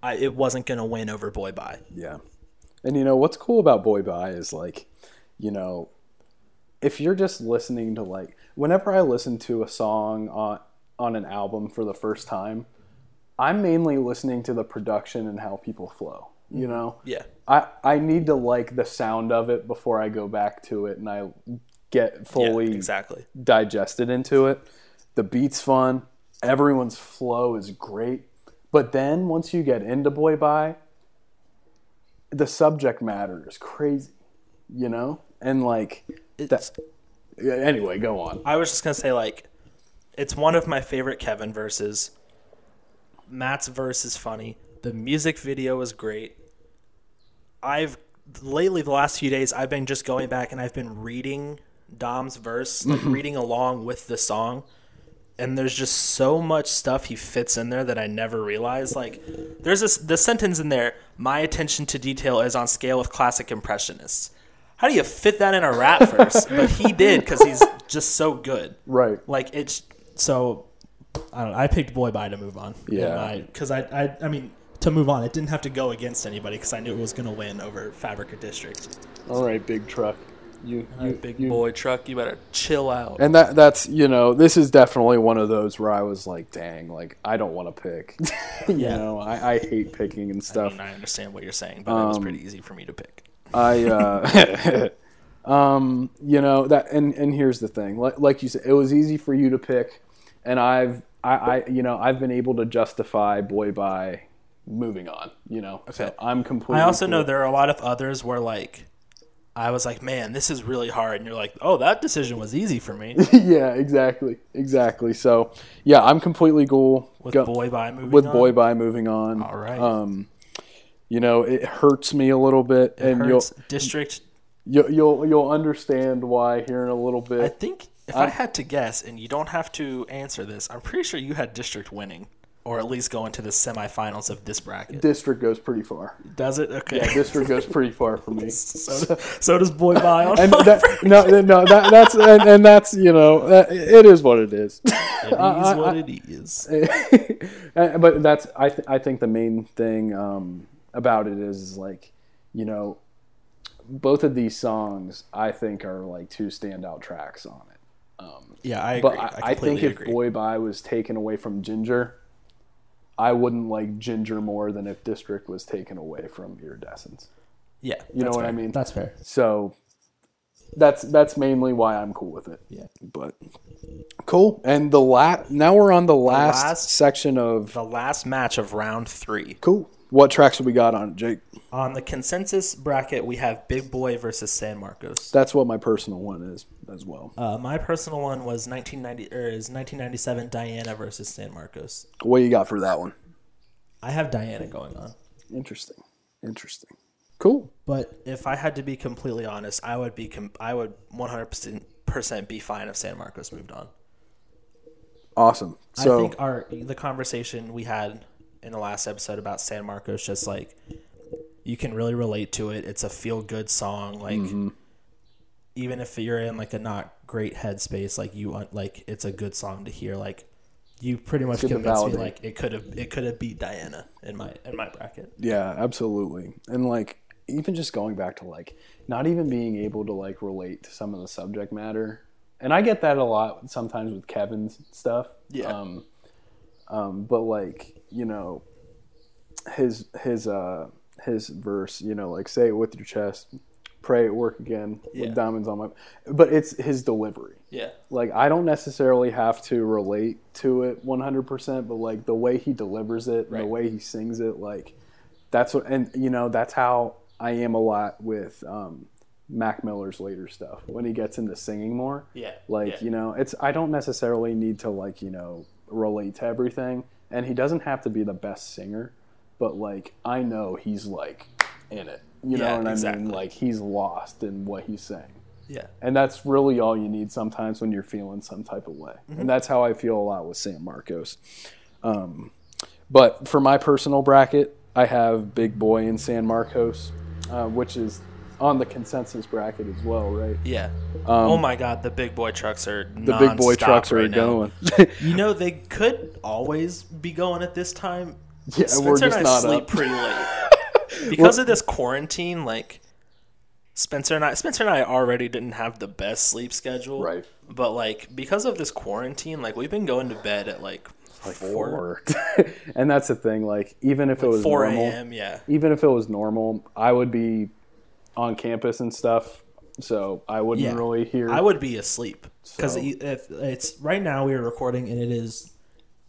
[SPEAKER 1] I, it wasn't going to win over Boy Bye.
[SPEAKER 2] Yeah. And you know what's cool about Boy Bye is like, you know, if you're just listening to like whenever I listen to a song on on an album for the first time, I'm mainly listening to the production and how people flow, you know?
[SPEAKER 1] Mm-hmm. Yeah.
[SPEAKER 2] I I need to like the sound of it before I go back to it and I get
[SPEAKER 1] Yeah,
[SPEAKER 2] fully
[SPEAKER 1] exactly.
[SPEAKER 2] digested into it. The beat's fun. Everyone's flow is great. But then once you get into Boy Bye, the subject matter is crazy, you know? And like,
[SPEAKER 1] It's-
[SPEAKER 2] yeah, anyway, go on.
[SPEAKER 1] I was just gonna say like, it's one of my favorite Kevin verses. Matt's verse is funny. The music video is great. I've lately the last few days I've been just going back and I've been reading Dom's verse, like reading along with the song. And there's just so much stuff he fits in there that I never realized. Like, there's this the sentence in there. My attention to detail is on scale with classic impressionists. How do you fit that in a rap verse? but he did because he's just so good.
[SPEAKER 2] Right.
[SPEAKER 1] Like it's so. I don't. know. I picked Boy Bye to move on.
[SPEAKER 2] Yeah.
[SPEAKER 1] Because I, I, I mean, to move on, it didn't have to go against anybody because I knew it was going to win over Fabric or District.
[SPEAKER 2] All right, big truck. You, you
[SPEAKER 1] Big
[SPEAKER 2] you-
[SPEAKER 1] boy truck, you better chill out.
[SPEAKER 2] And that that's, you know, this is definitely one of those where I was like, dang, like I don't want to pick. you
[SPEAKER 1] Yeah.
[SPEAKER 2] know, I, I hate picking and
[SPEAKER 1] I
[SPEAKER 2] stuff.
[SPEAKER 1] mean, I understand what you're saying, but
[SPEAKER 2] Um,
[SPEAKER 1] it was pretty easy for me to pick.
[SPEAKER 2] I, uh, um, you know that, and and here's the thing, like, like you said, it was easy for you to pick, and I've, I, I, you know, I've been able to justify boy by moving on, you know. So
[SPEAKER 1] Okay.
[SPEAKER 2] I'm completely.
[SPEAKER 1] I also
[SPEAKER 2] cool.
[SPEAKER 1] know there are a lot of others where like. I was like, man, this is really hard, and you're like, oh, that decision was easy for me
[SPEAKER 2] yeah, exactly, exactly. So yeah, I'm completely cool
[SPEAKER 1] with
[SPEAKER 2] go-
[SPEAKER 1] boy by moving
[SPEAKER 2] with
[SPEAKER 1] on.
[SPEAKER 2] boy by moving on.
[SPEAKER 1] All right.
[SPEAKER 2] Um, you know, it hurts me a little bit, and
[SPEAKER 1] Hurts, district
[SPEAKER 2] you'll, you'll you'll you'll understand why here in a little bit.
[SPEAKER 1] I think if i had to guess, and you don't have to answer this, I'm pretty sure you had district winning, or at least going to the semifinals of this bracket.
[SPEAKER 2] District goes pretty far.
[SPEAKER 1] Does it? Okay.
[SPEAKER 2] District goes pretty far for me.
[SPEAKER 1] so, so does Boy Bye on
[SPEAKER 2] and that, no, no, that, that's and, and that's you know, that, it is what it is.
[SPEAKER 1] It is what it is.
[SPEAKER 2] Uh, but that's I th- I think the main thing um, about it is, is like you know, both of these songs I think are like two standout tracks on it.
[SPEAKER 1] Yeah, I agree.
[SPEAKER 2] But I, I,
[SPEAKER 1] I completely
[SPEAKER 2] think if
[SPEAKER 1] agree.
[SPEAKER 2] Boy Bye was taken away from Ginger, I wouldn't like Ginger more than if District was taken away from Iridescence.
[SPEAKER 1] yeah,
[SPEAKER 2] You know what I mean?
[SPEAKER 3] That's fair.
[SPEAKER 2] So that's that's mainly why I'm cool with it.
[SPEAKER 3] Yeah.
[SPEAKER 2] But cool. And the last now we're on the last,
[SPEAKER 1] last-
[SPEAKER 2] section of
[SPEAKER 1] the last match of round three.
[SPEAKER 2] cool. What tracks have we got on it, Jake?
[SPEAKER 1] On the consensus bracket, we have Big Boy versus San Marcos.
[SPEAKER 2] That's what my personal one is as well.
[SPEAKER 1] Uh, my personal one was 1990 or is 1997 Diana versus San Marcos.
[SPEAKER 2] What you got for that one?
[SPEAKER 1] I have Diana going on.
[SPEAKER 2] Interesting. Interesting. Cool.
[SPEAKER 1] But if I had to be completely honest, I would be com- I would 100% percent be fine if San Marcos moved on.
[SPEAKER 2] Awesome.
[SPEAKER 1] I
[SPEAKER 2] So
[SPEAKER 1] think our the conversation we had in the last episode about San Marcos just like you can really relate to it. It's a feel good song like
[SPEAKER 2] Mm-hmm.
[SPEAKER 1] even if you're in like a not great headspace like you un- like it's a good song to hear like you pretty much
[SPEAKER 2] to
[SPEAKER 1] convinced me
[SPEAKER 2] validate.
[SPEAKER 1] like it could have it could have beat Diana in my in my bracket.
[SPEAKER 2] Yeah, absolutely. And like even just going back to like not even being able to like relate to some of the subject matter. And I get that a lot sometimes with Kevin's stuff.
[SPEAKER 1] Yeah.
[SPEAKER 2] Um, um but like, you know, his his uh his verse, you know, like say it with your chest, pray it work again
[SPEAKER 1] Yeah.
[SPEAKER 2] with diamonds on my but it's his delivery
[SPEAKER 1] Yeah.
[SPEAKER 2] like I don't necessarily have to relate to it 100%, but like the way he delivers it, and the
[SPEAKER 1] Right.
[SPEAKER 2] way he sings it, like that's what, and you know, that's how I am a lot with um, Mac Miller's later stuff when he gets into singing more.
[SPEAKER 1] Yeah.
[SPEAKER 2] Like,
[SPEAKER 1] Yeah.
[SPEAKER 2] you know, it's, I don't necessarily need to like, you know, relate to everything. And he doesn't have to be the best singer, but like I know he's like in it. You know
[SPEAKER 1] Yeah,
[SPEAKER 2] what I
[SPEAKER 1] exactly.
[SPEAKER 2] mean? Like he's lost in what he's saying
[SPEAKER 1] Yeah.
[SPEAKER 2] and that's really all you need sometimes when you're feeling some type of way
[SPEAKER 1] Mm-hmm.
[SPEAKER 2] and that's how i feel a lot with san marcos um, but for my personal bracket I have Big Boy in San Marcos, uh, which is on the consensus bracket as well, right?
[SPEAKER 1] Yeah. oh my God, the big boy trucks are
[SPEAKER 2] um, The big boy trucks are going.
[SPEAKER 1] You know they could always be going at this time.
[SPEAKER 2] yeah, we're
[SPEAKER 1] Spencer
[SPEAKER 2] just
[SPEAKER 1] and I
[SPEAKER 2] not
[SPEAKER 1] sleep
[SPEAKER 2] up.
[SPEAKER 1] pretty late because of this quarantine. Like Spencer and I, Spencer and I already didn't have the best sleep schedule,
[SPEAKER 2] Right.
[SPEAKER 1] But like because of this quarantine, like we've been going to bed at like, four,
[SPEAKER 2] and that's the thing. Like, even if it was
[SPEAKER 1] four
[SPEAKER 2] normal,
[SPEAKER 1] a.m. Yeah,
[SPEAKER 2] even if it was normal, I would be on campus and stuff, so I wouldn't
[SPEAKER 3] Yeah.
[SPEAKER 2] really hear.
[SPEAKER 1] I would be asleep because
[SPEAKER 2] So-
[SPEAKER 1] if it's right now we are recording and it is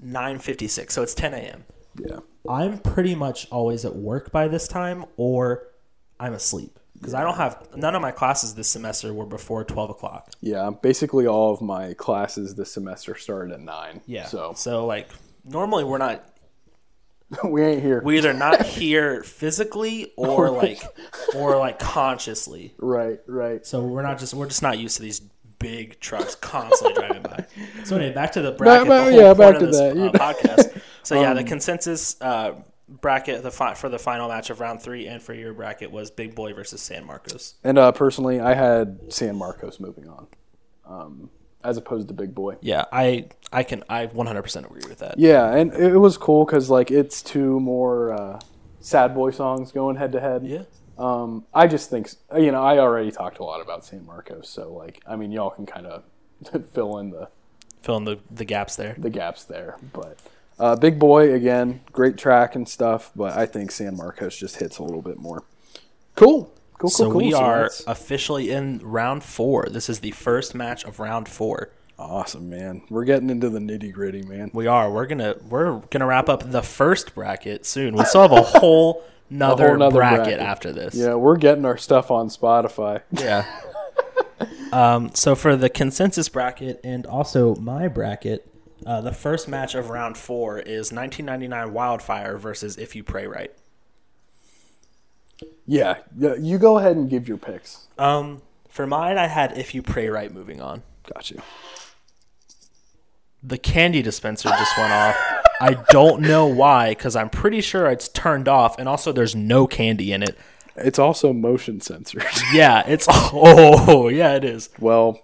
[SPEAKER 1] nine fifty six, so it's ten a.m.
[SPEAKER 2] yeah,
[SPEAKER 1] I'm pretty much always at work by this time, or I'm asleep because I don't have none of my classes this semester were before twelve o'clock.
[SPEAKER 2] yeah. Basically, all of my classes this semester started at nine.
[SPEAKER 1] so
[SPEAKER 2] so
[SPEAKER 1] so like normally we're not
[SPEAKER 2] we ain't here.
[SPEAKER 1] we either not here physically or like or like consciously.
[SPEAKER 2] right, right.
[SPEAKER 1] So we're not just we're just not used to these big trucks constantly driving by. So anyway, back to the bracket.
[SPEAKER 2] back-
[SPEAKER 1] the whole
[SPEAKER 2] yeah,
[SPEAKER 1] point
[SPEAKER 2] back
[SPEAKER 1] of
[SPEAKER 2] to
[SPEAKER 1] this,
[SPEAKER 2] that, you
[SPEAKER 1] uh,
[SPEAKER 2] know.
[SPEAKER 1] podcast. So yeah, the consensus uh, bracket the fi- for the final match of round three and for your bracket was Big Boy versus San Marcos.
[SPEAKER 2] And uh, personally, I had San Marcos moving on, um, as opposed to Big Boy.
[SPEAKER 1] Yeah, I I can I 100% agree with that.
[SPEAKER 2] Yeah, and it it was cool because like it's two more uh, sad boy songs going head to head.
[SPEAKER 1] Yeah.
[SPEAKER 2] Um, I just think you know I already talked a lot about San Marcos, so like I mean y'all can kind of fill in the
[SPEAKER 1] Filling the the gaps there.
[SPEAKER 2] the gaps there. But uh, Big Boy again, great track and stuff, but I think San Marcos just hits a little bit more. Cool, cool, cool,
[SPEAKER 1] So
[SPEAKER 2] cool.
[SPEAKER 1] we are
[SPEAKER 2] that's
[SPEAKER 1] officially in round 4. This is the first match of round 4.
[SPEAKER 2] awesome, man. We're getting into the nitty gritty, man.
[SPEAKER 1] We are. We're going to we're going to wrap up the first bracket soon. We still have a whole nother
[SPEAKER 2] nother
[SPEAKER 1] bracket,
[SPEAKER 2] bracket.
[SPEAKER 1] after this.
[SPEAKER 2] Yeah, we're getting our stuff on Spotify.
[SPEAKER 1] Yeah. um, so for the consensus bracket and also my bracket, uh, the first match of round four is 1999 Wildfire versus If You Pray Right.
[SPEAKER 2] Yeah, yeah, you go ahead and give your picks.
[SPEAKER 1] Um, for mine, I had If You Pray Right moving on.
[SPEAKER 2] Got you.
[SPEAKER 1] The candy dispenser just went off. I don't know why, because I'm pretty sure it's turned off, and also there's no candy in it.
[SPEAKER 2] It's also motion censored.
[SPEAKER 1] Yeah, it's oh yeah, it is.
[SPEAKER 2] well,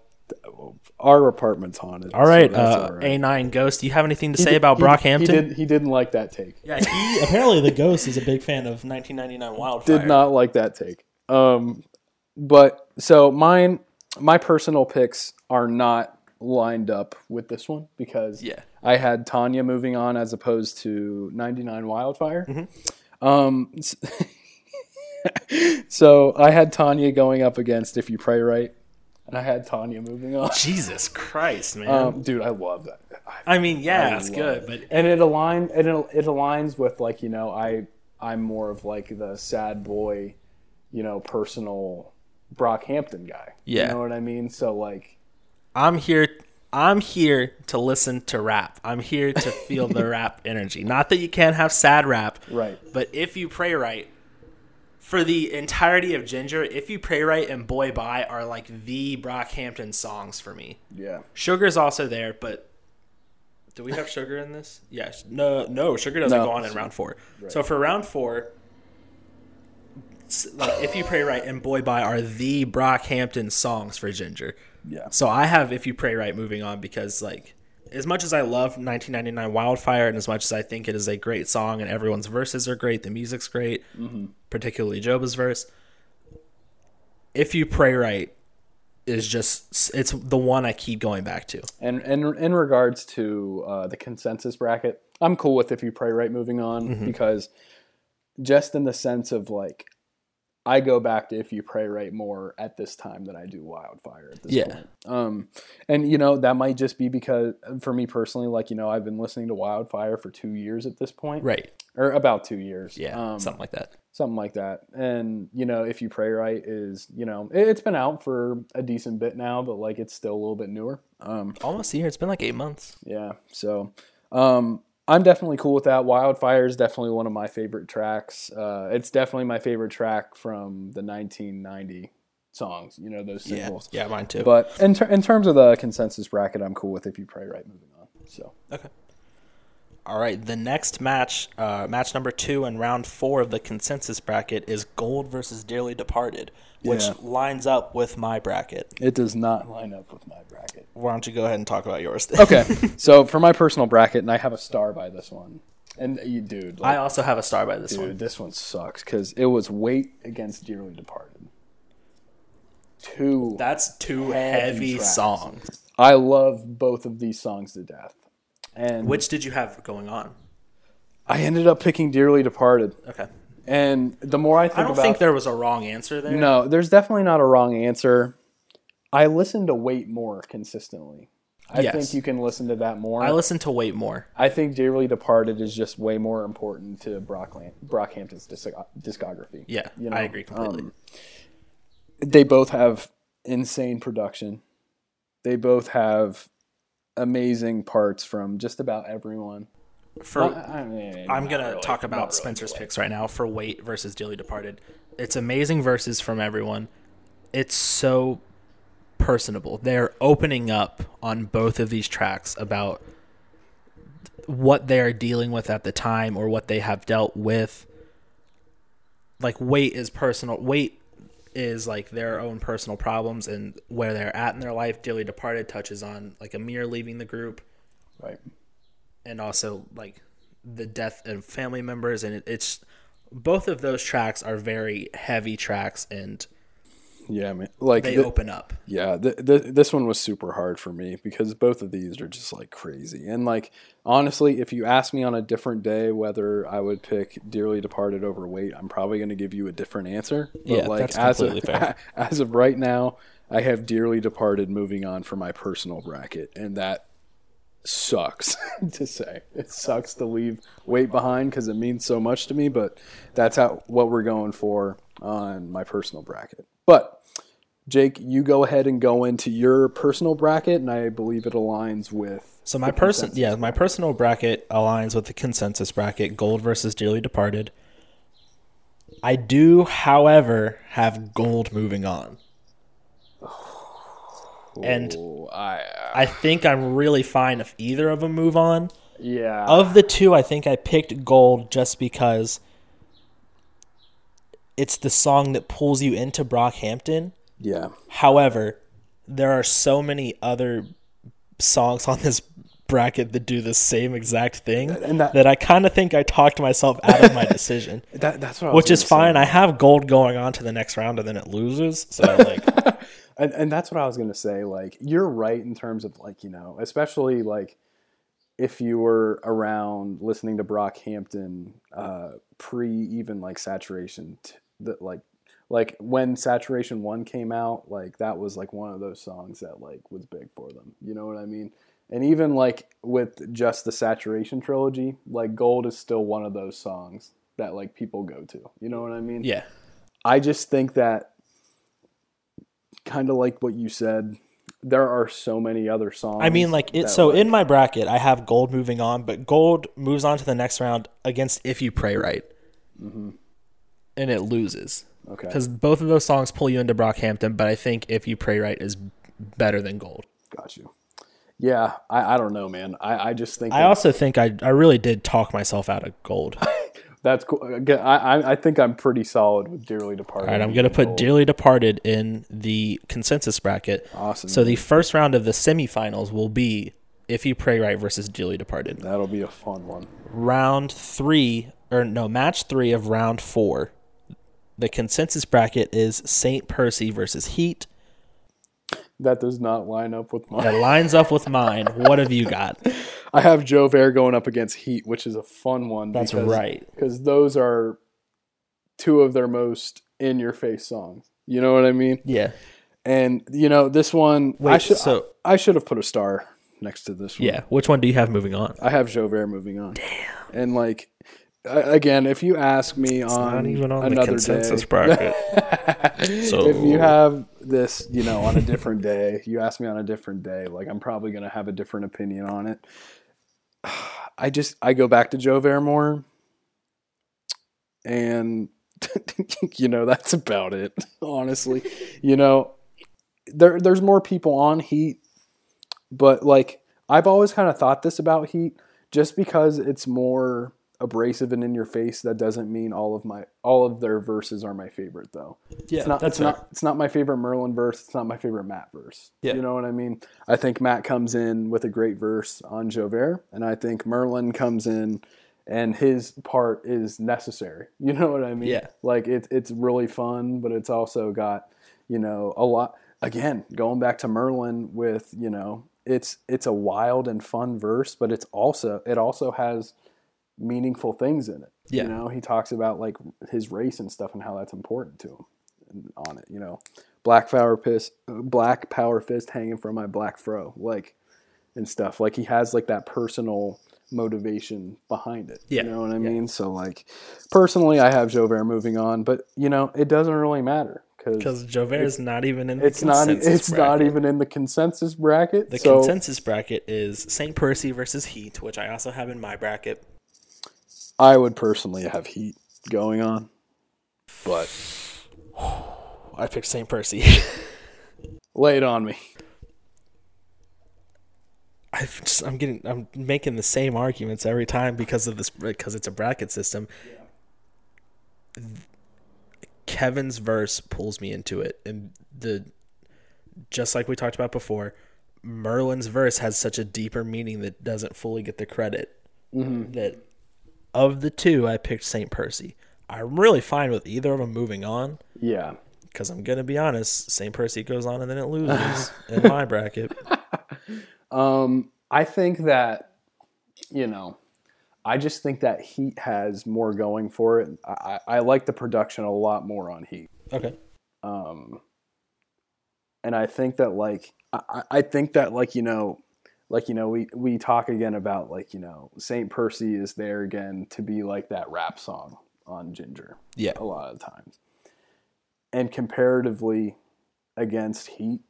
[SPEAKER 2] our apartment's haunted.
[SPEAKER 1] All right,
[SPEAKER 2] so that's
[SPEAKER 1] uh,
[SPEAKER 2] all right.
[SPEAKER 1] A9 Ghost, do you have anything to say about Brockhampton?
[SPEAKER 2] He, did, he didn't like that take.
[SPEAKER 1] Yeah, he apparently the ghost is a big fan of 1999 Wildfire.
[SPEAKER 2] Did not like that take. Um, but so mine, my personal picks are not lined up with this one because
[SPEAKER 1] Yeah.
[SPEAKER 2] I had Tanya moving on as opposed to 99 Wildfire. Um, s- so I had Tanya going up against If You Pray Right, and I had Tanya moving on.
[SPEAKER 1] Jesus Christ, man.
[SPEAKER 2] Um, dude, I love that. I
[SPEAKER 1] I mean, yeah,
[SPEAKER 2] I
[SPEAKER 1] it's
[SPEAKER 2] love
[SPEAKER 1] good,
[SPEAKER 2] it.
[SPEAKER 1] but
[SPEAKER 2] and it align it, al- it aligns with like you know I I'm more of like the sad boy, you know, personal Brockhampton guy.
[SPEAKER 1] Yeah.
[SPEAKER 2] you know what I mean. So like,
[SPEAKER 1] I'm here. I'm here to listen to rap. I'm here to feel the rap energy. Not that you can't have sad rap,
[SPEAKER 2] Right.
[SPEAKER 1] But if you pray right, for the entirety of Ginger, if you pray right and Boy Bye are like the Brockhampton songs for me.
[SPEAKER 2] yeah,
[SPEAKER 1] Sugar's also there, but do we have sugar in this? Yes. No, no, sugar doesn't
[SPEAKER 2] No.
[SPEAKER 1] go on in round four. So for round four, s- like if you pray right and Boy Bye are the Brockhampton songs for Ginger.
[SPEAKER 2] yeah,
[SPEAKER 1] So I have If You Pray Right moving on because, like, as much as I love 1999 Wildfire and as much as I think it is a great song and everyone's verses are great, the music's great,
[SPEAKER 2] Mm-hmm.
[SPEAKER 1] particularly Joba's verse, If You Pray Right is just, it's the one I keep going back to.
[SPEAKER 2] and and in regards to uh, the consensus bracket, I'm cool with if you pray right moving on
[SPEAKER 1] Mm-hmm.
[SPEAKER 2] because just in the sense of like. I go back to if you pray right more at this time than I do wildfire at this point. Um, and you know that might just be because for me personally, like you know, I've been listening to Wildfire for two years at this point,
[SPEAKER 1] Right.
[SPEAKER 2] Or about two years,
[SPEAKER 1] Yeah.
[SPEAKER 2] um,
[SPEAKER 1] something like that.
[SPEAKER 2] something like that. And you know, if you pray right, is you know, it, it's been out for a decent bit now, but like it's still a little bit newer. Um,
[SPEAKER 1] Almost a year. It's been like eight months.
[SPEAKER 2] yeah, so um, I'm definitely cool with that. Wildfire is definitely one of my favorite tracks. Uh, it's definitely my favorite track from the 1990 songs. You know, those singles.
[SPEAKER 1] Yeah, mine too.
[SPEAKER 2] But in, ter- in terms of the consensus bracket, I'm cool with if you pray right moving on. So
[SPEAKER 1] okay. All right, the next match, uh, match number two and round four of the consensus bracket is Gold versus Dearly Departed, which
[SPEAKER 2] Yeah.
[SPEAKER 1] lines up with my bracket.
[SPEAKER 2] It does not line up with my bracket.
[SPEAKER 1] Why don't you go ahead and talk about yours? Then?
[SPEAKER 2] Okay, so for my personal bracket, and I have a star by this one. And uh, you, dude,
[SPEAKER 1] I
[SPEAKER 2] like,
[SPEAKER 1] also have a star by this one.
[SPEAKER 2] dude, this one sucks because it was Weight against Dearly Departed. Two.
[SPEAKER 1] That's two
[SPEAKER 2] Heavy
[SPEAKER 1] heavy
[SPEAKER 2] tracks.
[SPEAKER 1] songs.
[SPEAKER 2] I love both of these songs to death, and
[SPEAKER 1] Which did you have going on?
[SPEAKER 2] I ended up picking Dearly Departed.
[SPEAKER 1] Okay.
[SPEAKER 2] And the more I think
[SPEAKER 1] I don't
[SPEAKER 2] about,
[SPEAKER 1] think there was a wrong answer there.
[SPEAKER 2] no, there's definitely not a wrong answer. I listen to Weight more consistently. I
[SPEAKER 1] Yes.
[SPEAKER 2] think you can listen to that more.
[SPEAKER 1] I listened to Wait More.
[SPEAKER 2] I think Dearly Departed is just way more important to Brockland, Brockhampton's disco- discography.
[SPEAKER 1] Yeah,
[SPEAKER 2] You know, um,
[SPEAKER 1] I agree completely.
[SPEAKER 2] They both have insane production. They both have amazing parts from just about everyone.
[SPEAKER 1] For
[SPEAKER 2] I mean,
[SPEAKER 1] I'm
[SPEAKER 2] not
[SPEAKER 1] gonna
[SPEAKER 2] really,
[SPEAKER 1] talk about
[SPEAKER 2] not really.
[SPEAKER 1] Spencer's picks right now for Wait versus Dearly Departed. It's amazing verses from everyone. It's so personable. They're opening up on both of these tracks about what they are dealing with at the time or what they have dealt with. Like weight is personal. Weight is like their own personal problems and where they're at in their life. Dearly Departed touches on like Amir leaving the group
[SPEAKER 2] Right.
[SPEAKER 1] and also like the death of family members and it, it's both of those tracks are very heavy tracks and
[SPEAKER 2] Yeah, man. Like
[SPEAKER 1] they
[SPEAKER 2] the-
[SPEAKER 1] open up
[SPEAKER 2] Yeah, th- th- this one was super hard for me because both of these are just like crazy. And like honestly, if you ask me on a different day whether I would pick Dearly Departed over Wait, I'm probably going to give you a different answer. But
[SPEAKER 1] Yeah,
[SPEAKER 2] like
[SPEAKER 1] that's
[SPEAKER 2] as
[SPEAKER 1] completely
[SPEAKER 2] of,
[SPEAKER 1] fair.
[SPEAKER 2] as of right now, I have Dearly Departed moving on for my personal bracket, and that sucks to say. It sucks to leave Wait behind because it means so much to me, but that's how what we're going for on my personal bracket. But Jake, you go ahead and go into your personal bracket, and I believe it aligns with.
[SPEAKER 1] so my person yeah my personal bracket aligns with the consensus bracket gold versus dearly departed i do however have gold moving on and
[SPEAKER 2] Oh, I
[SPEAKER 1] i uh, think i'm really fine if either of them move on
[SPEAKER 2] yeah.
[SPEAKER 1] of the two, I think I picked Gold just because it's the song that pulls you into Brockhampton.
[SPEAKER 2] yeah.
[SPEAKER 1] However, there are so many other songs on this bracket that do the same exact thing
[SPEAKER 2] and that-
[SPEAKER 1] I kind of think I talked myself out of my decision.
[SPEAKER 2] That, that's what. I was
[SPEAKER 1] Which is
[SPEAKER 2] gonna say.
[SPEAKER 1] fine. I have gold going on to the next round, and then it loses. So like,
[SPEAKER 2] and, and that's what I was gonna say. Like, you're right in terms of like you know, especially like if you were around listening to Brockhampton uh, pre even like saturation, t- the, like like when saturation one came out, like that was like one of those songs that like was big for them. You know what I mean? And even like with just the saturation trilogy, like Gold is still one of those songs that like people go to. You know what I mean?
[SPEAKER 1] yeah,
[SPEAKER 2] I just think that kind of like what you said, there are so many other songs.
[SPEAKER 1] I mean, like it.
[SPEAKER 2] that,
[SPEAKER 1] So
[SPEAKER 2] like-
[SPEAKER 1] in my bracket, I have gold moving on, but gold moves on to the next round against If You Pray Right, Mm-hmm. and it loses
[SPEAKER 2] okay,
[SPEAKER 1] because both of those songs pull you into Brockhampton. But I think If You Pray Right is better than gold.
[SPEAKER 2] got you. Yeah, I, I don't know, man. I, I just think
[SPEAKER 1] I
[SPEAKER 2] that-
[SPEAKER 1] also think I I really did talk myself out of gold. All
[SPEAKER 2] that's cool. Again, I, I I think I'm pretty solid with Dearly Departed.
[SPEAKER 1] right, I'm gonna put Dearly Departed in the consensus bracket.
[SPEAKER 2] Awesome.
[SPEAKER 1] So the first round of the semifinals will be If You Pray Right versus Dearly Departed.
[SPEAKER 2] That'll be a fun one.
[SPEAKER 1] round three or no match three of round four the consensus bracket is saint percy versus heat
[SPEAKER 2] That does not line up with
[SPEAKER 1] that
[SPEAKER 2] mine.
[SPEAKER 1] lines up with mine what have you got
[SPEAKER 2] I have Joe Vare going up against Heat, which is a fun one.
[SPEAKER 1] that's right
[SPEAKER 2] because those are two of their most in-your-face songs. You know what I mean?
[SPEAKER 1] yeah
[SPEAKER 2] And you know, this one I
[SPEAKER 1] Wait,
[SPEAKER 2] should
[SPEAKER 1] so-
[SPEAKER 2] I, I should have put a star next to this one.
[SPEAKER 1] yeah which one do you have moving on
[SPEAKER 2] I have Jovert moving on. Damn. And like a- again, if you ask me on another day,
[SPEAKER 1] bracket so
[SPEAKER 2] if you have this, you know, on a different day, you ask me on a different day, like I'm probably going to have a different opinion on it. I just I go back to Jovert more and you know, that's about it, honestly. you know, there there's more people on Heat, but like I've always kind of thought this about Heat. just because it's more abrasive and in your face, that doesn't mean all of my all of their verses are my favorite though.
[SPEAKER 4] Yeah,
[SPEAKER 2] it's not,
[SPEAKER 4] that's
[SPEAKER 2] it's not it's not my favorite Merlin verse. It's not my favorite Matt verse.
[SPEAKER 4] Yeah.
[SPEAKER 2] You know what I mean? I think Matt comes in with a great verse on Jovert, and I think Merlin comes in and his part is necessary. You know what I mean?
[SPEAKER 4] Yeah.
[SPEAKER 2] Like it's it's really fun, but it's also got, you know, a lot again, going back to Merlin with, you know, it's it's a wild and fun verse, but it's also it also has meaningful things in it.
[SPEAKER 4] Yeah.
[SPEAKER 2] You know, he talks about like his race and stuff and how that's important to him and on it, you know. Black power piss black power fist hanging from my black fro, like and stuff. Like he has like that personal motivation behind it.
[SPEAKER 4] Yeah.
[SPEAKER 2] You know what I mean? So like personally I have Jovert moving on, but you know, it doesn't really matter
[SPEAKER 1] because Jovert's not even in. The
[SPEAKER 2] it's not e-,
[SPEAKER 1] consensus
[SPEAKER 2] it's not
[SPEAKER 1] bracket.
[SPEAKER 2] even in the consensus bracket.
[SPEAKER 1] The
[SPEAKER 2] so
[SPEAKER 1] consensus bracket is St. Percy versus Heat, which I also have in my bracket.
[SPEAKER 2] I would personally have Heat going on. But
[SPEAKER 1] I picked St. Percy.
[SPEAKER 2] lay it on me.
[SPEAKER 1] I've just, I'm getting I'm making the same arguments every time because of this because it's a bracket system. Kevin's verse pulls me into it, and the just like we talked about before, Merlin's verse has such a deeper meaning that doesn't fully get the credit. That of the two, I picked Saint Percy. I'm really fine with either of them moving on
[SPEAKER 2] Yeah.
[SPEAKER 1] because I'm gonna be honest. Saint Percy goes on and then it loses in my bracket.
[SPEAKER 2] Um I think that you know, I just think that Heat has more going for it. I, I I like the production a lot more on Heat.
[SPEAKER 1] Okay.
[SPEAKER 2] um and i think that like I- i i think that like you know like you know we we talk again about like you know saint percy is there again to be like that rap song on ginger
[SPEAKER 4] Yeah.
[SPEAKER 2] a lot of times and comparatively against heat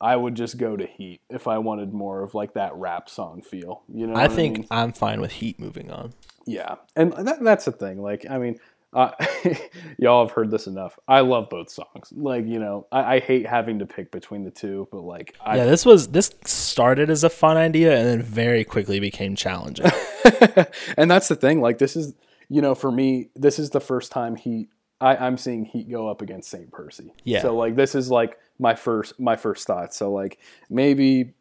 [SPEAKER 2] i would just go to heat if i wanted more of like that rap song feel you know
[SPEAKER 1] I
[SPEAKER 2] what mean?
[SPEAKER 1] think I'm fine with Heat moving on.
[SPEAKER 2] Yeah, and that, that's the thing. Like, I mean, uh, y'all have heard this enough. I love both songs. Like, you know, I, I hate having to pick between the two, but like, I,
[SPEAKER 1] yeah, this was this started as a fun idea and then very quickly became challenging.
[SPEAKER 2] and that's the thing. Like, this is, you know, for me, this is the first time Heat. I, I'm seeing Heat go up against Saint Percy.
[SPEAKER 1] Yeah.
[SPEAKER 2] So like, this is like my first my first thought. So like, maybe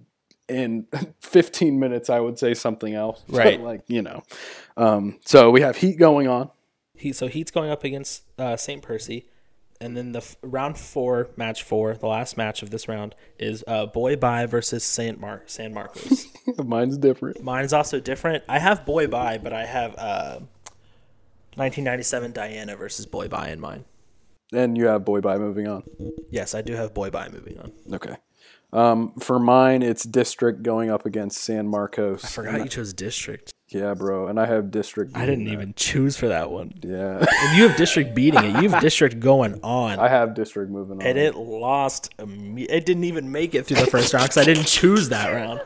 [SPEAKER 2] in 15 minutes, I would say something else. But,
[SPEAKER 1] Right.
[SPEAKER 2] like, you know. Um. So we have Heat going on.
[SPEAKER 1] he, so Heat's going up against uh, St. Percy, and then the f- round four, match four, the last match of this round is uh, Boy Bye versus Saint Mar- San Marcos.
[SPEAKER 2] Mine's different.
[SPEAKER 1] Mine's also different. I have Boy Bye, but I have uh, 1997 Diana versus Boy Bye in mine.
[SPEAKER 2] And you have Boy Bye moving on.
[SPEAKER 1] Yes, I do have Boy Bye moving on.
[SPEAKER 2] Okay. Um, for mine, it's District going up against San Marcos.
[SPEAKER 1] Forgot you chose District.
[SPEAKER 2] Yeah, bro. And I have District.
[SPEAKER 1] I didn't even choose for that one.
[SPEAKER 2] Yeah,
[SPEAKER 1] And you have District beating it. You have District going on.
[SPEAKER 2] I have District moving on.
[SPEAKER 1] and it lost. imme- It didn't even make it through the first round because I didn't choose that round.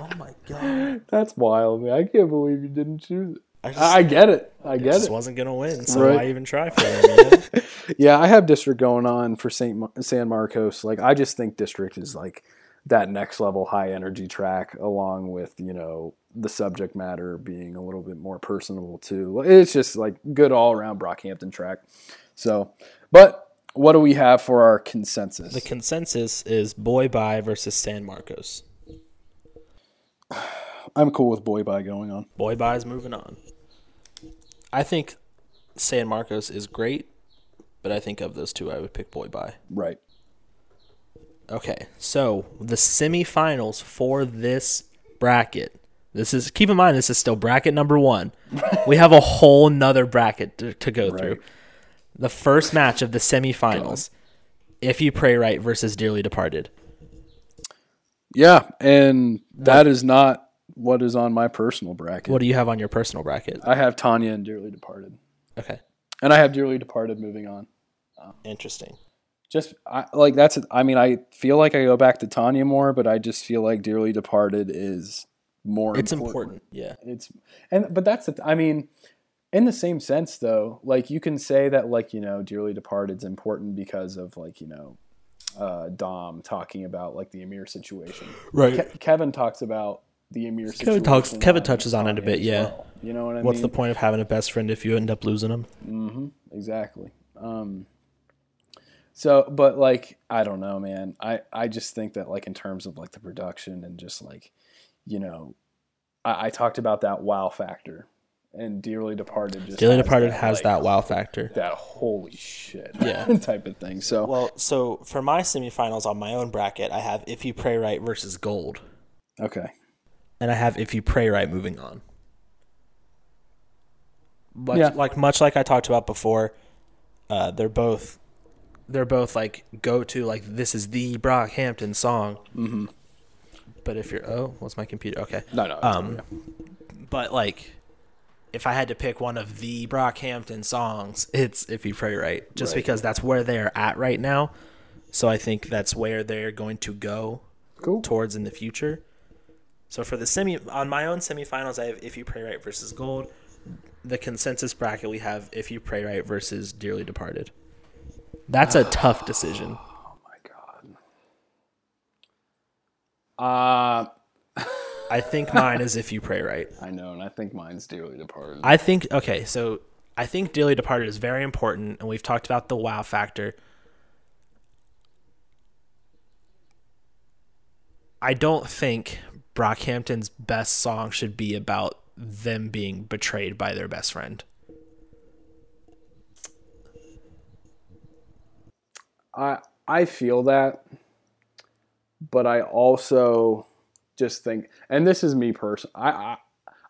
[SPEAKER 1] Oh my god!
[SPEAKER 2] That's wild, man. I can't believe you didn't choose it. I, I get it. I
[SPEAKER 1] I
[SPEAKER 2] get
[SPEAKER 1] just
[SPEAKER 2] it.
[SPEAKER 1] wasn't gonna win, so
[SPEAKER 2] Right.
[SPEAKER 1] why even try for it? man?
[SPEAKER 2] Yeah, I have District going on for Saint Mar- San Marcos. Like, I just think District is like that next level high energy track, along with you know the subject matter being a little bit more personable too. It's just like good all around Brockhampton track. So, but what do we have for our consensus?
[SPEAKER 1] the consensus is Boy Bye versus San Marcos.
[SPEAKER 2] I'm cool with Boy Bye going on.
[SPEAKER 1] Boy Bye's moving on. I think San Marcos is great, but I think of those two, I would pick Boy Bye.
[SPEAKER 2] Right.
[SPEAKER 1] Okay, so the semifinals for this bracket. This is keep in mind this is still bracket number one. we have a whole nother bracket to, to go through. The first match of the semifinals, if you pray right versus dearly departed.
[SPEAKER 2] Yeah, and that is not what is on my personal bracket.
[SPEAKER 1] What do you have on your personal bracket?
[SPEAKER 2] I have Tanya and Dearly Departed,
[SPEAKER 1] Okay,
[SPEAKER 2] and I have Dearly Departed moving on.
[SPEAKER 1] interesting.
[SPEAKER 2] Just I, like that's. I mean, I feel like I go back to Tanya more, but I just feel like Dearly Departed is more.
[SPEAKER 1] It's important. Yeah,
[SPEAKER 2] It's and but that's. The, I mean, in the same sense though, like you can say that like you know Dearly Departed's important because of like you know. Uh, Dom talking about like the Amir situation.
[SPEAKER 1] right.
[SPEAKER 2] Ke- Kevin talks about the Amir
[SPEAKER 1] Kevin talks-
[SPEAKER 2] situation
[SPEAKER 1] Kevin
[SPEAKER 2] on
[SPEAKER 1] touches on it a
[SPEAKER 2] Kanye
[SPEAKER 1] bit,
[SPEAKER 2] as
[SPEAKER 1] yeah.
[SPEAKER 2] well. You know what I
[SPEAKER 1] What's
[SPEAKER 2] mean?
[SPEAKER 1] the point of having a best friend if you end up losing him?
[SPEAKER 2] Exactly. Um, so, but like, I don't know, man. I, I just think that like in terms of like the production and just like, you know, I, I talked about that wow factor, and Dearly Departed just
[SPEAKER 1] Dearly
[SPEAKER 2] has
[SPEAKER 1] Departed
[SPEAKER 2] that,
[SPEAKER 1] has
[SPEAKER 2] like,
[SPEAKER 1] that wow factor.
[SPEAKER 2] that holy shit
[SPEAKER 1] Yeah.
[SPEAKER 2] type of thing. So
[SPEAKER 1] Well, so for my semifinals on my own bracket, I have If You Pray Right versus Gold,
[SPEAKER 2] okay,
[SPEAKER 1] and I have If You Pray Right moving on. Much,
[SPEAKER 2] Yeah.
[SPEAKER 1] Like much like I talked about before, uh, they're both they're both like go to like this is the Brockhampton song. Mm-hmm. But if you're oh, what's my computer? Okay,
[SPEAKER 2] no, no,
[SPEAKER 1] Um, but like, if I had to pick one of the Brockhampton songs, it's "If You Pray Right," just
[SPEAKER 2] Right.
[SPEAKER 1] because that's where they are at right now. So I think that's where they're going to go
[SPEAKER 2] cool.
[SPEAKER 1] towards in the future. So for the semi on my own semifinals, I have "If You Pray Right" versus Gold. The consensus bracket we have "If You Pray Right" versus "Dearly Departed." That's a tough decision.
[SPEAKER 2] Uh,
[SPEAKER 1] I think mine is "If You Pray Right."
[SPEAKER 2] I know, and I think mine's Dearly Departed.
[SPEAKER 1] I think okay, so I think Dearly Departed is very important, and we've talked about the wow factor. I don't think Brockhampton's best song should be about them being betrayed by their best friend.
[SPEAKER 2] I I feel that, but I also just think, and this is me person. I, I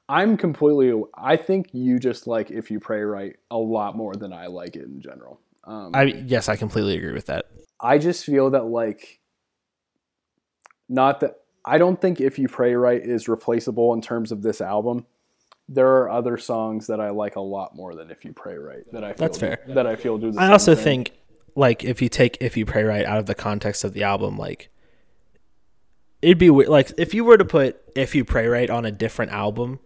[SPEAKER 2] I'm completely. I think you just like if you pray right a lot more than I like it in general. Um,
[SPEAKER 1] I yes, I completely agree with that.
[SPEAKER 2] I just feel that like not that I don't think if you pray right is replaceable in terms of this album. There are other songs that I like a lot more than if you pray right that I feel
[SPEAKER 1] That's fair.
[SPEAKER 2] that I feel do the
[SPEAKER 1] I
[SPEAKER 2] same
[SPEAKER 1] also
[SPEAKER 2] thing.
[SPEAKER 1] think like if you take if you pray right out of the context of the album, like it'd be weird. Like if you were to put if you pray right on a different album,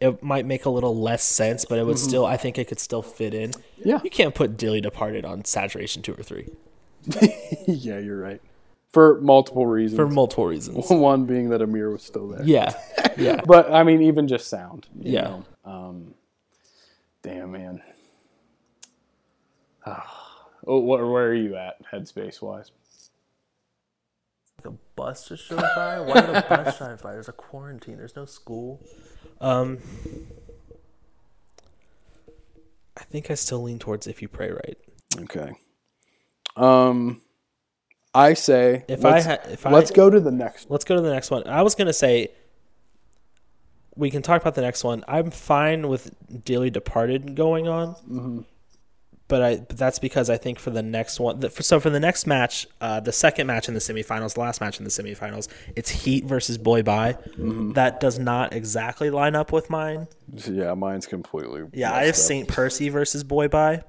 [SPEAKER 1] it might make a little less sense, but it would still. I think it could still fit in.
[SPEAKER 2] Mm-hmm. Yeah.
[SPEAKER 1] you can't put Dilly Departed on Saturation two or three
[SPEAKER 2] yeah, you're right. For multiple reasons.
[SPEAKER 1] for multiple reasons.
[SPEAKER 2] one being that Amir was still there.
[SPEAKER 1] yeah, yeah,
[SPEAKER 2] But I mean, even just sound. you
[SPEAKER 1] Yeah.
[SPEAKER 2] know. Um, damn man. Oh, where, where are you at headspace wise?
[SPEAKER 1] a bus just drove by. Why did a bus drive by? There's a quarantine. There's no school. Um, I think I still lean towards if you pray right.
[SPEAKER 2] Okay. Um, I say
[SPEAKER 1] If
[SPEAKER 2] let's,
[SPEAKER 1] I ha- if
[SPEAKER 2] let's
[SPEAKER 1] I,
[SPEAKER 2] go to the next.
[SPEAKER 1] let's go to the next one. I was gonna say we can talk about the next one. I'm fine with Daily Departed going on, but I but that's because I think for the next one, the, for, so for the next match, uh, the second match in the semifinals, the last match in the semifinals, it's Heat versus Boy Bye. That does not exactly line up with mine.
[SPEAKER 2] Yeah, mine's completely.
[SPEAKER 1] Yeah, I have St. Percy versus Boy Bye.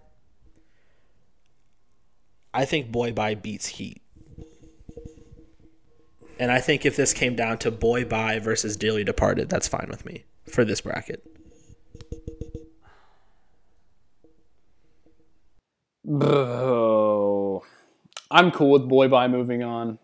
[SPEAKER 1] I think Boy Bye beats Heat. And I think if this came down to Boy Bye versus Dearly Departed, that's fine with me for this bracket.
[SPEAKER 2] Oh, I'm cool with Boy Bye moving on.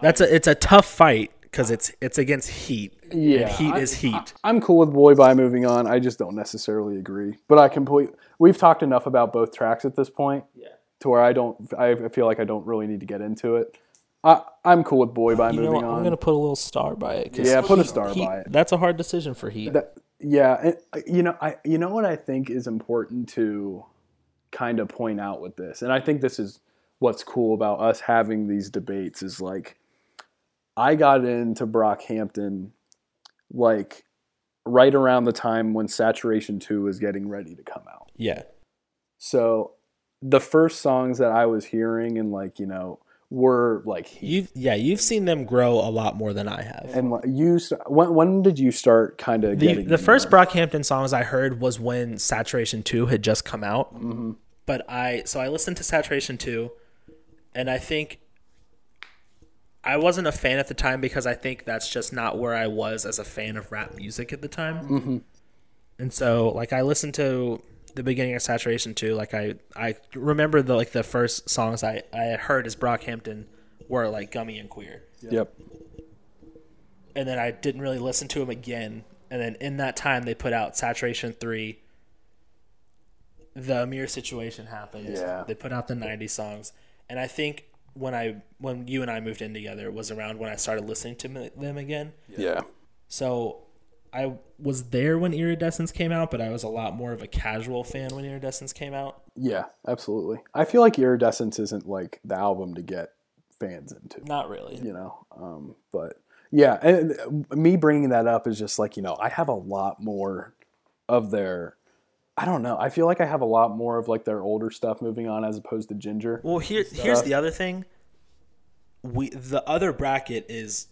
[SPEAKER 1] That's a it's a tough fight because it's it's against Heat.
[SPEAKER 2] Yeah,
[SPEAKER 1] and Heat
[SPEAKER 2] I-
[SPEAKER 1] is Heat.
[SPEAKER 2] I'm cool with Boy Bye moving on. I just don't necessarily agree, but I complete. We've talked enough about both tracks at this point, yeah. To where I don't, I feel like I don't really need to get into it. I, I'm cool with Boy Bye moving on.
[SPEAKER 1] put a little star by it.
[SPEAKER 2] Yeah, put a Heat- star Heat- by it.
[SPEAKER 1] That's a hard decision for Heat.
[SPEAKER 2] That- yeah, and, uh, you know, I you know what I think is important to kind of point out with this, and I think this is what's cool about us having these debates is like I got into Brockhampton like right around the time when Saturation Two was getting ready to come out.
[SPEAKER 1] yeah,
[SPEAKER 2] So the first songs that I was hearing and like you know were like he
[SPEAKER 1] you've yeah you've seen them grow a lot more than I have.
[SPEAKER 2] and like, you st- when when did you start kind of
[SPEAKER 1] the,
[SPEAKER 2] getting
[SPEAKER 1] the
[SPEAKER 2] in
[SPEAKER 1] first
[SPEAKER 2] there?
[SPEAKER 1] Brockhampton songs I heard was when Saturation 2 had just come out. But I, so I listened to Saturation 2, and I think I wasn't a fan at the time because I think that's just not where I was as a fan of rap music at the time. And so, like, I listened to the beginning of Saturation 2. Like, I, I remember the, like, the first songs I, I had heard as Brockhampton were, like, Gummy and Queer.
[SPEAKER 2] yep
[SPEAKER 1] and then I didn't really listen to them again. And then in that time, they put out Saturation Three. The Amir situation happened.
[SPEAKER 2] Yeah.
[SPEAKER 1] They put out the '90s songs, and I think when I when you and I moved in together was around when I started listening to m- them again.
[SPEAKER 2] Yeah.
[SPEAKER 1] So I was there when Iridescence came out, but I was a lot more of a casual fan when Iridescence came out.
[SPEAKER 2] Yeah, absolutely. I feel like Iridescence isn't like the album to get fans into,
[SPEAKER 1] Not really.
[SPEAKER 2] you know. Um, but yeah, and uh, me bringing that up is just like you know I have a lot more of their. I don't know. I feel like I have a lot more of like their older stuff moving on as opposed to Ginger.
[SPEAKER 1] Well, here here's the other thing. We the other bracket is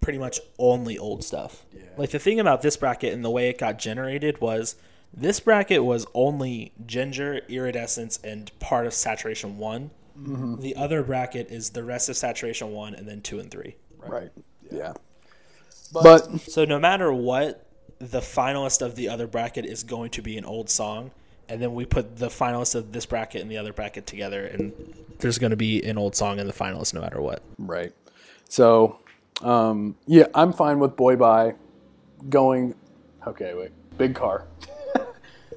[SPEAKER 1] pretty much only old stuff. Like the thing about this bracket and the way it got generated was this bracket was only ginger, iridescence, and part of saturation one. The other bracket is the rest of saturation one and then two and three.
[SPEAKER 2] Right. Yeah. But,
[SPEAKER 1] So no matter what, the finalist of the other bracket is going to be an old song, and then we put the finalist of this bracket and the other bracket together, and there's going to be an old song in the finalist no matter what.
[SPEAKER 2] right. So um, yeah, I'm fine with Boy Bye going. Okay, wait. Big car.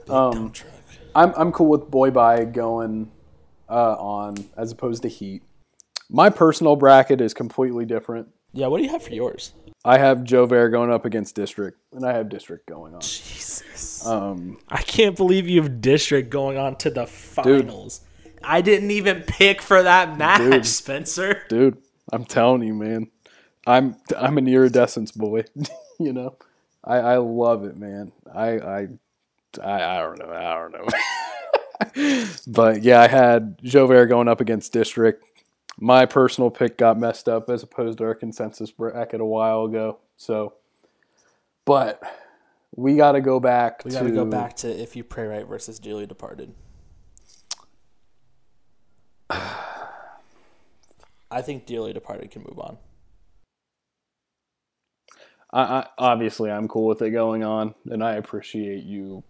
[SPEAKER 2] Um,
[SPEAKER 1] Dump truck.
[SPEAKER 2] I'm I'm cool with Boy Bye going uh, on as opposed to Heat. My personal bracket is completely different.
[SPEAKER 1] Yeah, what do you have for yours?
[SPEAKER 2] I have Joe Vare going up against District, and I have District going on.
[SPEAKER 1] Jesus,
[SPEAKER 2] Um,
[SPEAKER 1] I can't believe you have district going on to the finals. I didn't even pick for that match,
[SPEAKER 2] Dude.
[SPEAKER 1] Spencer.
[SPEAKER 2] dude, I'm telling you, man, I'm I'm an iridescence boy. you know, I, I love it, man. I I I, I don't know, I don't know. but yeah, I had Joe Vare going up against District. My personal pick got messed up as opposed to our consensus bracket a while ago. So, but we got to go back.
[SPEAKER 1] We got to go back to if you pray right versus dearly departed. I think dearly departed can move on.
[SPEAKER 2] I, I, obviously, I'm cool with it going on, and I appreciate you.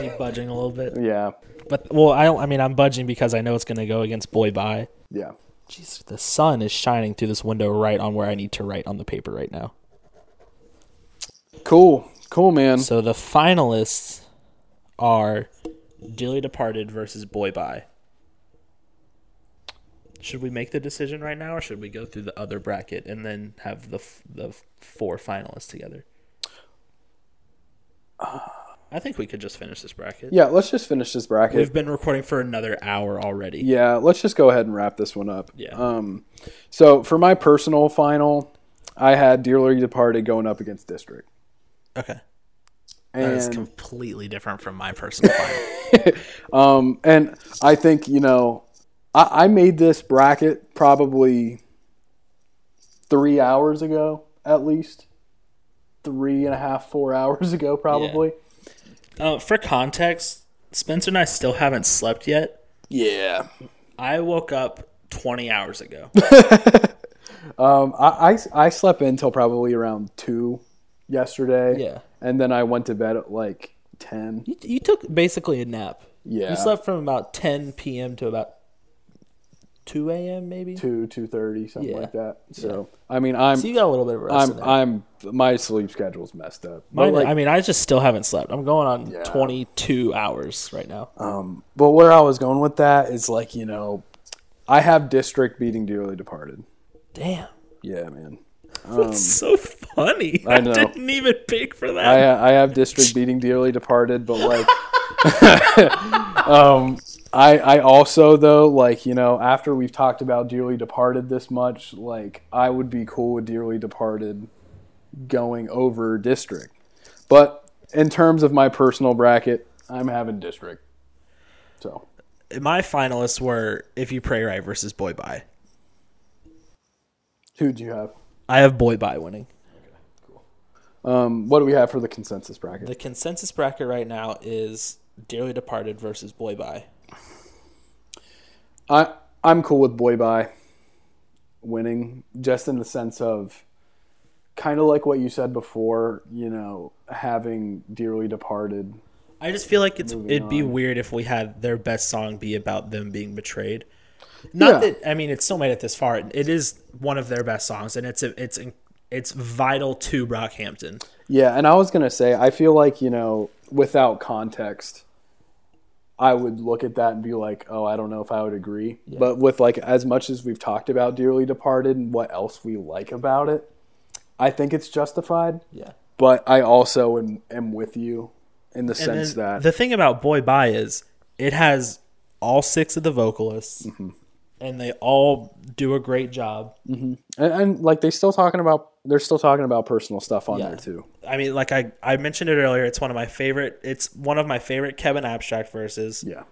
[SPEAKER 1] me budging a little bit.
[SPEAKER 2] Yeah,
[SPEAKER 1] But well, I don't. I mean, I'm budging because I know it's going to go against Boy Bye.
[SPEAKER 2] yeah.
[SPEAKER 1] Jeez, the sun is shining through this window right on where I need to write on the paper right now.
[SPEAKER 2] Cool, cool, man.
[SPEAKER 1] So the finalists are Dearly Departed versus Boy Bye. Should we make the decision right now, or should we go through the other bracket and then have the f- the f- four finalists together? I think we could just finish this bracket.
[SPEAKER 2] Yeah, let's just finish this bracket.
[SPEAKER 1] We've been recording for another hour already.
[SPEAKER 2] yeah, let's just go ahead and wrap this one up.
[SPEAKER 1] Yeah.
[SPEAKER 2] Um, so for my personal final, I had Dearly Departed going up against District,
[SPEAKER 1] Okay. That is
[SPEAKER 2] and
[SPEAKER 1] completely different from my personal final.
[SPEAKER 2] um, and I think you know, I, I made this bracket probably three hours ago, at least three and a half, four hours ago, probably.
[SPEAKER 1] Uh, for context, Spencer and I still haven't slept yet.
[SPEAKER 2] Yeah.
[SPEAKER 1] I woke up 20 hours ago.
[SPEAKER 2] Um, I, I I slept until probably around two yesterday.
[SPEAKER 1] Yeah.
[SPEAKER 2] and then I went to bed at like ten.
[SPEAKER 1] you, you took basically a nap.
[SPEAKER 2] Yeah.
[SPEAKER 1] You slept from about 10 p.m. to about 2 a.m. maybe.
[SPEAKER 2] two two thirty something
[SPEAKER 1] Yeah.
[SPEAKER 2] like that. So I mean I'm
[SPEAKER 1] So you got a little bit of rest. in
[SPEAKER 2] I'm
[SPEAKER 1] there.
[SPEAKER 2] I'm my sleep schedule's messed up. But,
[SPEAKER 1] Mine-
[SPEAKER 2] like,
[SPEAKER 1] I mean, I just still haven't slept. I'm going on
[SPEAKER 2] Yeah. Uh,
[SPEAKER 1] 22 hours right now.
[SPEAKER 2] but where I was going with that is like you know I have District beating Dearly Departed.
[SPEAKER 1] Damn.
[SPEAKER 2] Yeah, man.
[SPEAKER 1] That's so funny.
[SPEAKER 2] um, I know.
[SPEAKER 1] didn't even pick for that.
[SPEAKER 2] I I have District beating Dearly Departed, but like um I I also though like you know after we've talked about Dearly Departed this much, like I would be cool with Dearly Departed going over District. But in terms of my personal bracket, I'm having District. So,
[SPEAKER 1] My finalists were If You Pray Right versus Boy Bye.
[SPEAKER 2] who do you have?
[SPEAKER 1] I have Boy Bye winning.
[SPEAKER 2] Um, what do we have for the consensus bracket?
[SPEAKER 1] The consensus bracket right now is Dearly Departed versus Boy Bye.
[SPEAKER 2] I I'm cool with Boy Bye winning, just in the sense of kind of like what you said before. You know, having dearly departed.
[SPEAKER 1] I just feel like it's it'd be weird if we had their best song be about them being betrayed. Not
[SPEAKER 2] Yeah.
[SPEAKER 1] that I mean, it's still made it this far. It is one of their best songs, and it's a, it's in- it's vital to Brockhampton.
[SPEAKER 2] Yeah, and I was gonna say, I feel like you know, without context, I would look at that and be like, oh, I don't know if I would agree. But with like as much as we've talked about Dearly Departed and what else we like about it, I think it's justified.
[SPEAKER 3] Yeah.
[SPEAKER 2] But I also am, am with you in the sense
[SPEAKER 1] then
[SPEAKER 2] that
[SPEAKER 1] the thing about Boy Bye is it has all six of the vocalists,
[SPEAKER 2] Mm-hmm.
[SPEAKER 1] and they all do a great job.
[SPEAKER 2] and, and like they still talking about they're still talking about personal stuff on
[SPEAKER 3] Yeah.
[SPEAKER 2] there too.
[SPEAKER 1] I mean, like I, I mentioned it earlier, it's one of my favorite. It's one of my favorite Kevin Abstract verses.
[SPEAKER 2] Yeah.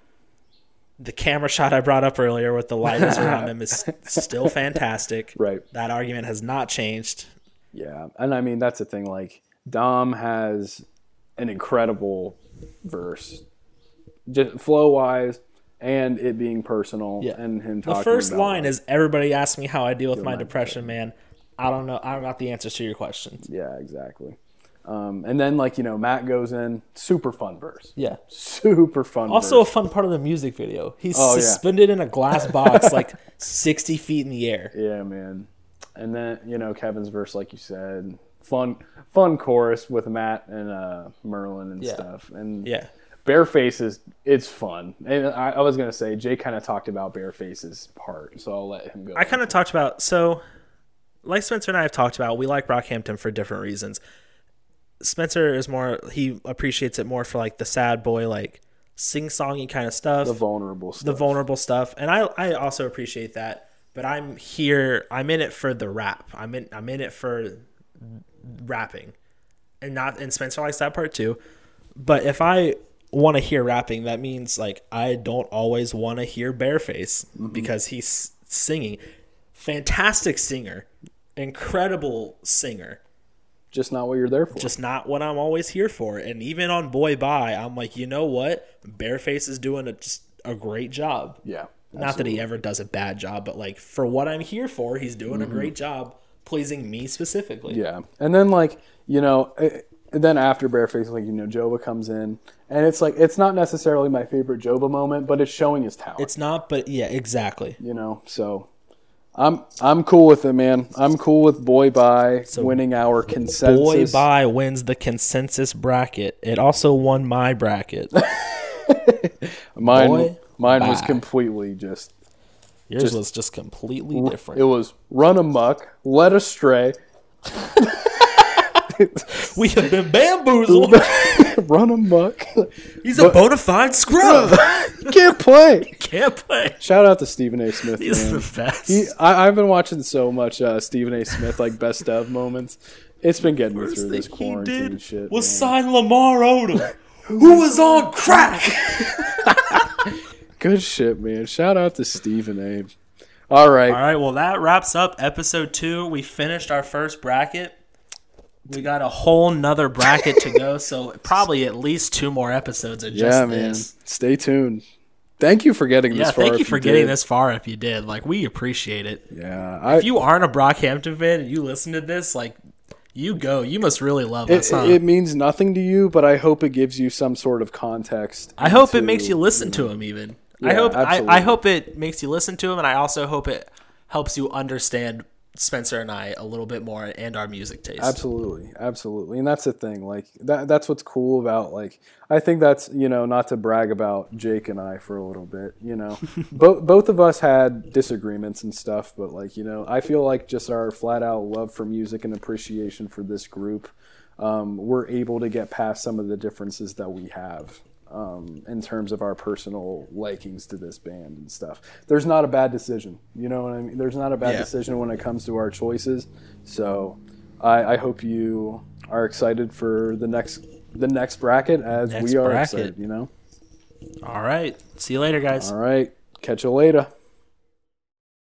[SPEAKER 1] The camera shot I brought up earlier with the lighters around him is still fantastic.
[SPEAKER 2] Right.
[SPEAKER 1] That argument has not changed.
[SPEAKER 2] Yeah, and I mean that's the thing. Like Dom has an incredible verse, just flow wise, and it being personal,
[SPEAKER 3] Yeah.
[SPEAKER 2] and him
[SPEAKER 1] The
[SPEAKER 2] talking.
[SPEAKER 1] first
[SPEAKER 2] about-
[SPEAKER 1] line is "Everybody asks me how I deal with my depression, man. I don't know. I don't got the answers to your questions."
[SPEAKER 2] Yeah, exactly. Um, and then like you know Matt goes in, super fun verse,
[SPEAKER 3] Yeah.
[SPEAKER 2] super fun.
[SPEAKER 1] Also, a
[SPEAKER 2] verse.
[SPEAKER 1] fun part of the music video. He's
[SPEAKER 2] Oh, yeah.
[SPEAKER 1] suspended in a glass box like 60 feet in the air.
[SPEAKER 2] yeah, man. And then you know Kevin's verse, like you said, fun, fun chorus with Matt and uh, Merlin and
[SPEAKER 3] Yeah.
[SPEAKER 2] stuff, and
[SPEAKER 1] Yeah.
[SPEAKER 2] bare faces it's fun and i, I was going to say jay kind of talked about bare faces part so i'll let him go
[SPEAKER 1] I kind of talked about, so like Spencer and I have talked about, we like Brockhampton for different reasons. Spencer is more, he appreciates it more for like the sad boy, like sing songy kind of stuff.
[SPEAKER 2] the vulnerable stuff
[SPEAKER 1] the vulnerable stuff and i i also appreciate that but i'm here i'm in it for the rap i'm in i'm in it for rapping and not and spencer likes that part too but if i want to hear rapping that means like i don't always want to hear bareface because he's singing fantastic singer incredible singer
[SPEAKER 2] just not what you're there for
[SPEAKER 1] just not what I'm always here for. And even on Boy Bye, I'm like, you know what? Bareface is doing a, just a great job.
[SPEAKER 2] yeah
[SPEAKER 1] Not that he ever does a bad job, but like for what I'm here for, he's doing a great job pleasing me specifically.
[SPEAKER 2] Mm-hmm. yeah and then like you know eh, then after bareface like you know jova comes in and it's like it's not necessarily my favorite jova moment but it's showing his talent
[SPEAKER 1] It's not, but yeah, exactly.
[SPEAKER 2] you know so i'm i'm cool with it man i'm cool with boy by winning our
[SPEAKER 1] Boy
[SPEAKER 2] consensus
[SPEAKER 1] Bye wins the consensus bracket. It also won my bracket.
[SPEAKER 2] mine
[SPEAKER 3] Boy
[SPEAKER 2] mine was
[SPEAKER 3] Bye.
[SPEAKER 2] completely just
[SPEAKER 1] Yours was just completely different.
[SPEAKER 2] It was run amok, led astray,
[SPEAKER 1] we have been bamboozled.
[SPEAKER 2] run amok.
[SPEAKER 1] He's a bona fide scrub.
[SPEAKER 2] Can't play.
[SPEAKER 1] Can't play.
[SPEAKER 2] Shout out to Stephen A. Smith.
[SPEAKER 1] He's
[SPEAKER 2] Man.
[SPEAKER 1] the best.
[SPEAKER 2] He, I, I've been watching so much uh, Stephen A. Smith like best of moments. It's been getting me through this quarantine shit.
[SPEAKER 1] was
[SPEAKER 2] man.
[SPEAKER 1] sign Lamar Odom, who was on crack.
[SPEAKER 2] Good shit, man. Shout out to Stephen A. All right.
[SPEAKER 1] All right, well that wraps up episode two. We finished our first bracket. We got a whole nother bracket to go, so probably at least two more episodes of just
[SPEAKER 2] Yeah, man.
[SPEAKER 1] this.
[SPEAKER 2] Stay tuned. Thank you for getting
[SPEAKER 1] Yeah,
[SPEAKER 2] this far.
[SPEAKER 1] thank you
[SPEAKER 2] if
[SPEAKER 1] for getting
[SPEAKER 2] did.
[SPEAKER 1] this far. If you did, like, we appreciate it.
[SPEAKER 2] Yeah, I,
[SPEAKER 1] If you aren't a Brockhampton fan and you listen to this, like, you go. You must really love us.
[SPEAKER 2] it,
[SPEAKER 1] Huh?
[SPEAKER 2] it means nothing to you, but I hope it gives you some sort of context.
[SPEAKER 1] I hope it
[SPEAKER 2] into-
[SPEAKER 1] makes you listen to him. Even I
[SPEAKER 2] Yeah,
[SPEAKER 1] hope I, I
[SPEAKER 2] absolutely.
[SPEAKER 1] hope it makes you listen to him, and I also hope it helps you understand Spencer and I a little bit more and our music taste.
[SPEAKER 2] Absolutely, absolutely, and that's the thing. Like that, that's what's cool about like. I think that's you know not to brag about Jake and I for a little bit. You know, both both of us had disagreements and stuff, but like you know, I feel like just our flat out love for music and appreciation for this group, um, we're able to get past some of the differences that we have. Um, in terms of our personal likings to this band and stuff, there's not a bad decision. You know what I mean? There's not a bad
[SPEAKER 1] Yeah.
[SPEAKER 2] decision when it comes to our choices. So I, I hope you are excited for the next the next bracket as
[SPEAKER 1] Next
[SPEAKER 2] we are
[SPEAKER 1] bracket.
[SPEAKER 2] excited. You know.
[SPEAKER 1] All right. See you later, guys.
[SPEAKER 2] All right. Catch you later.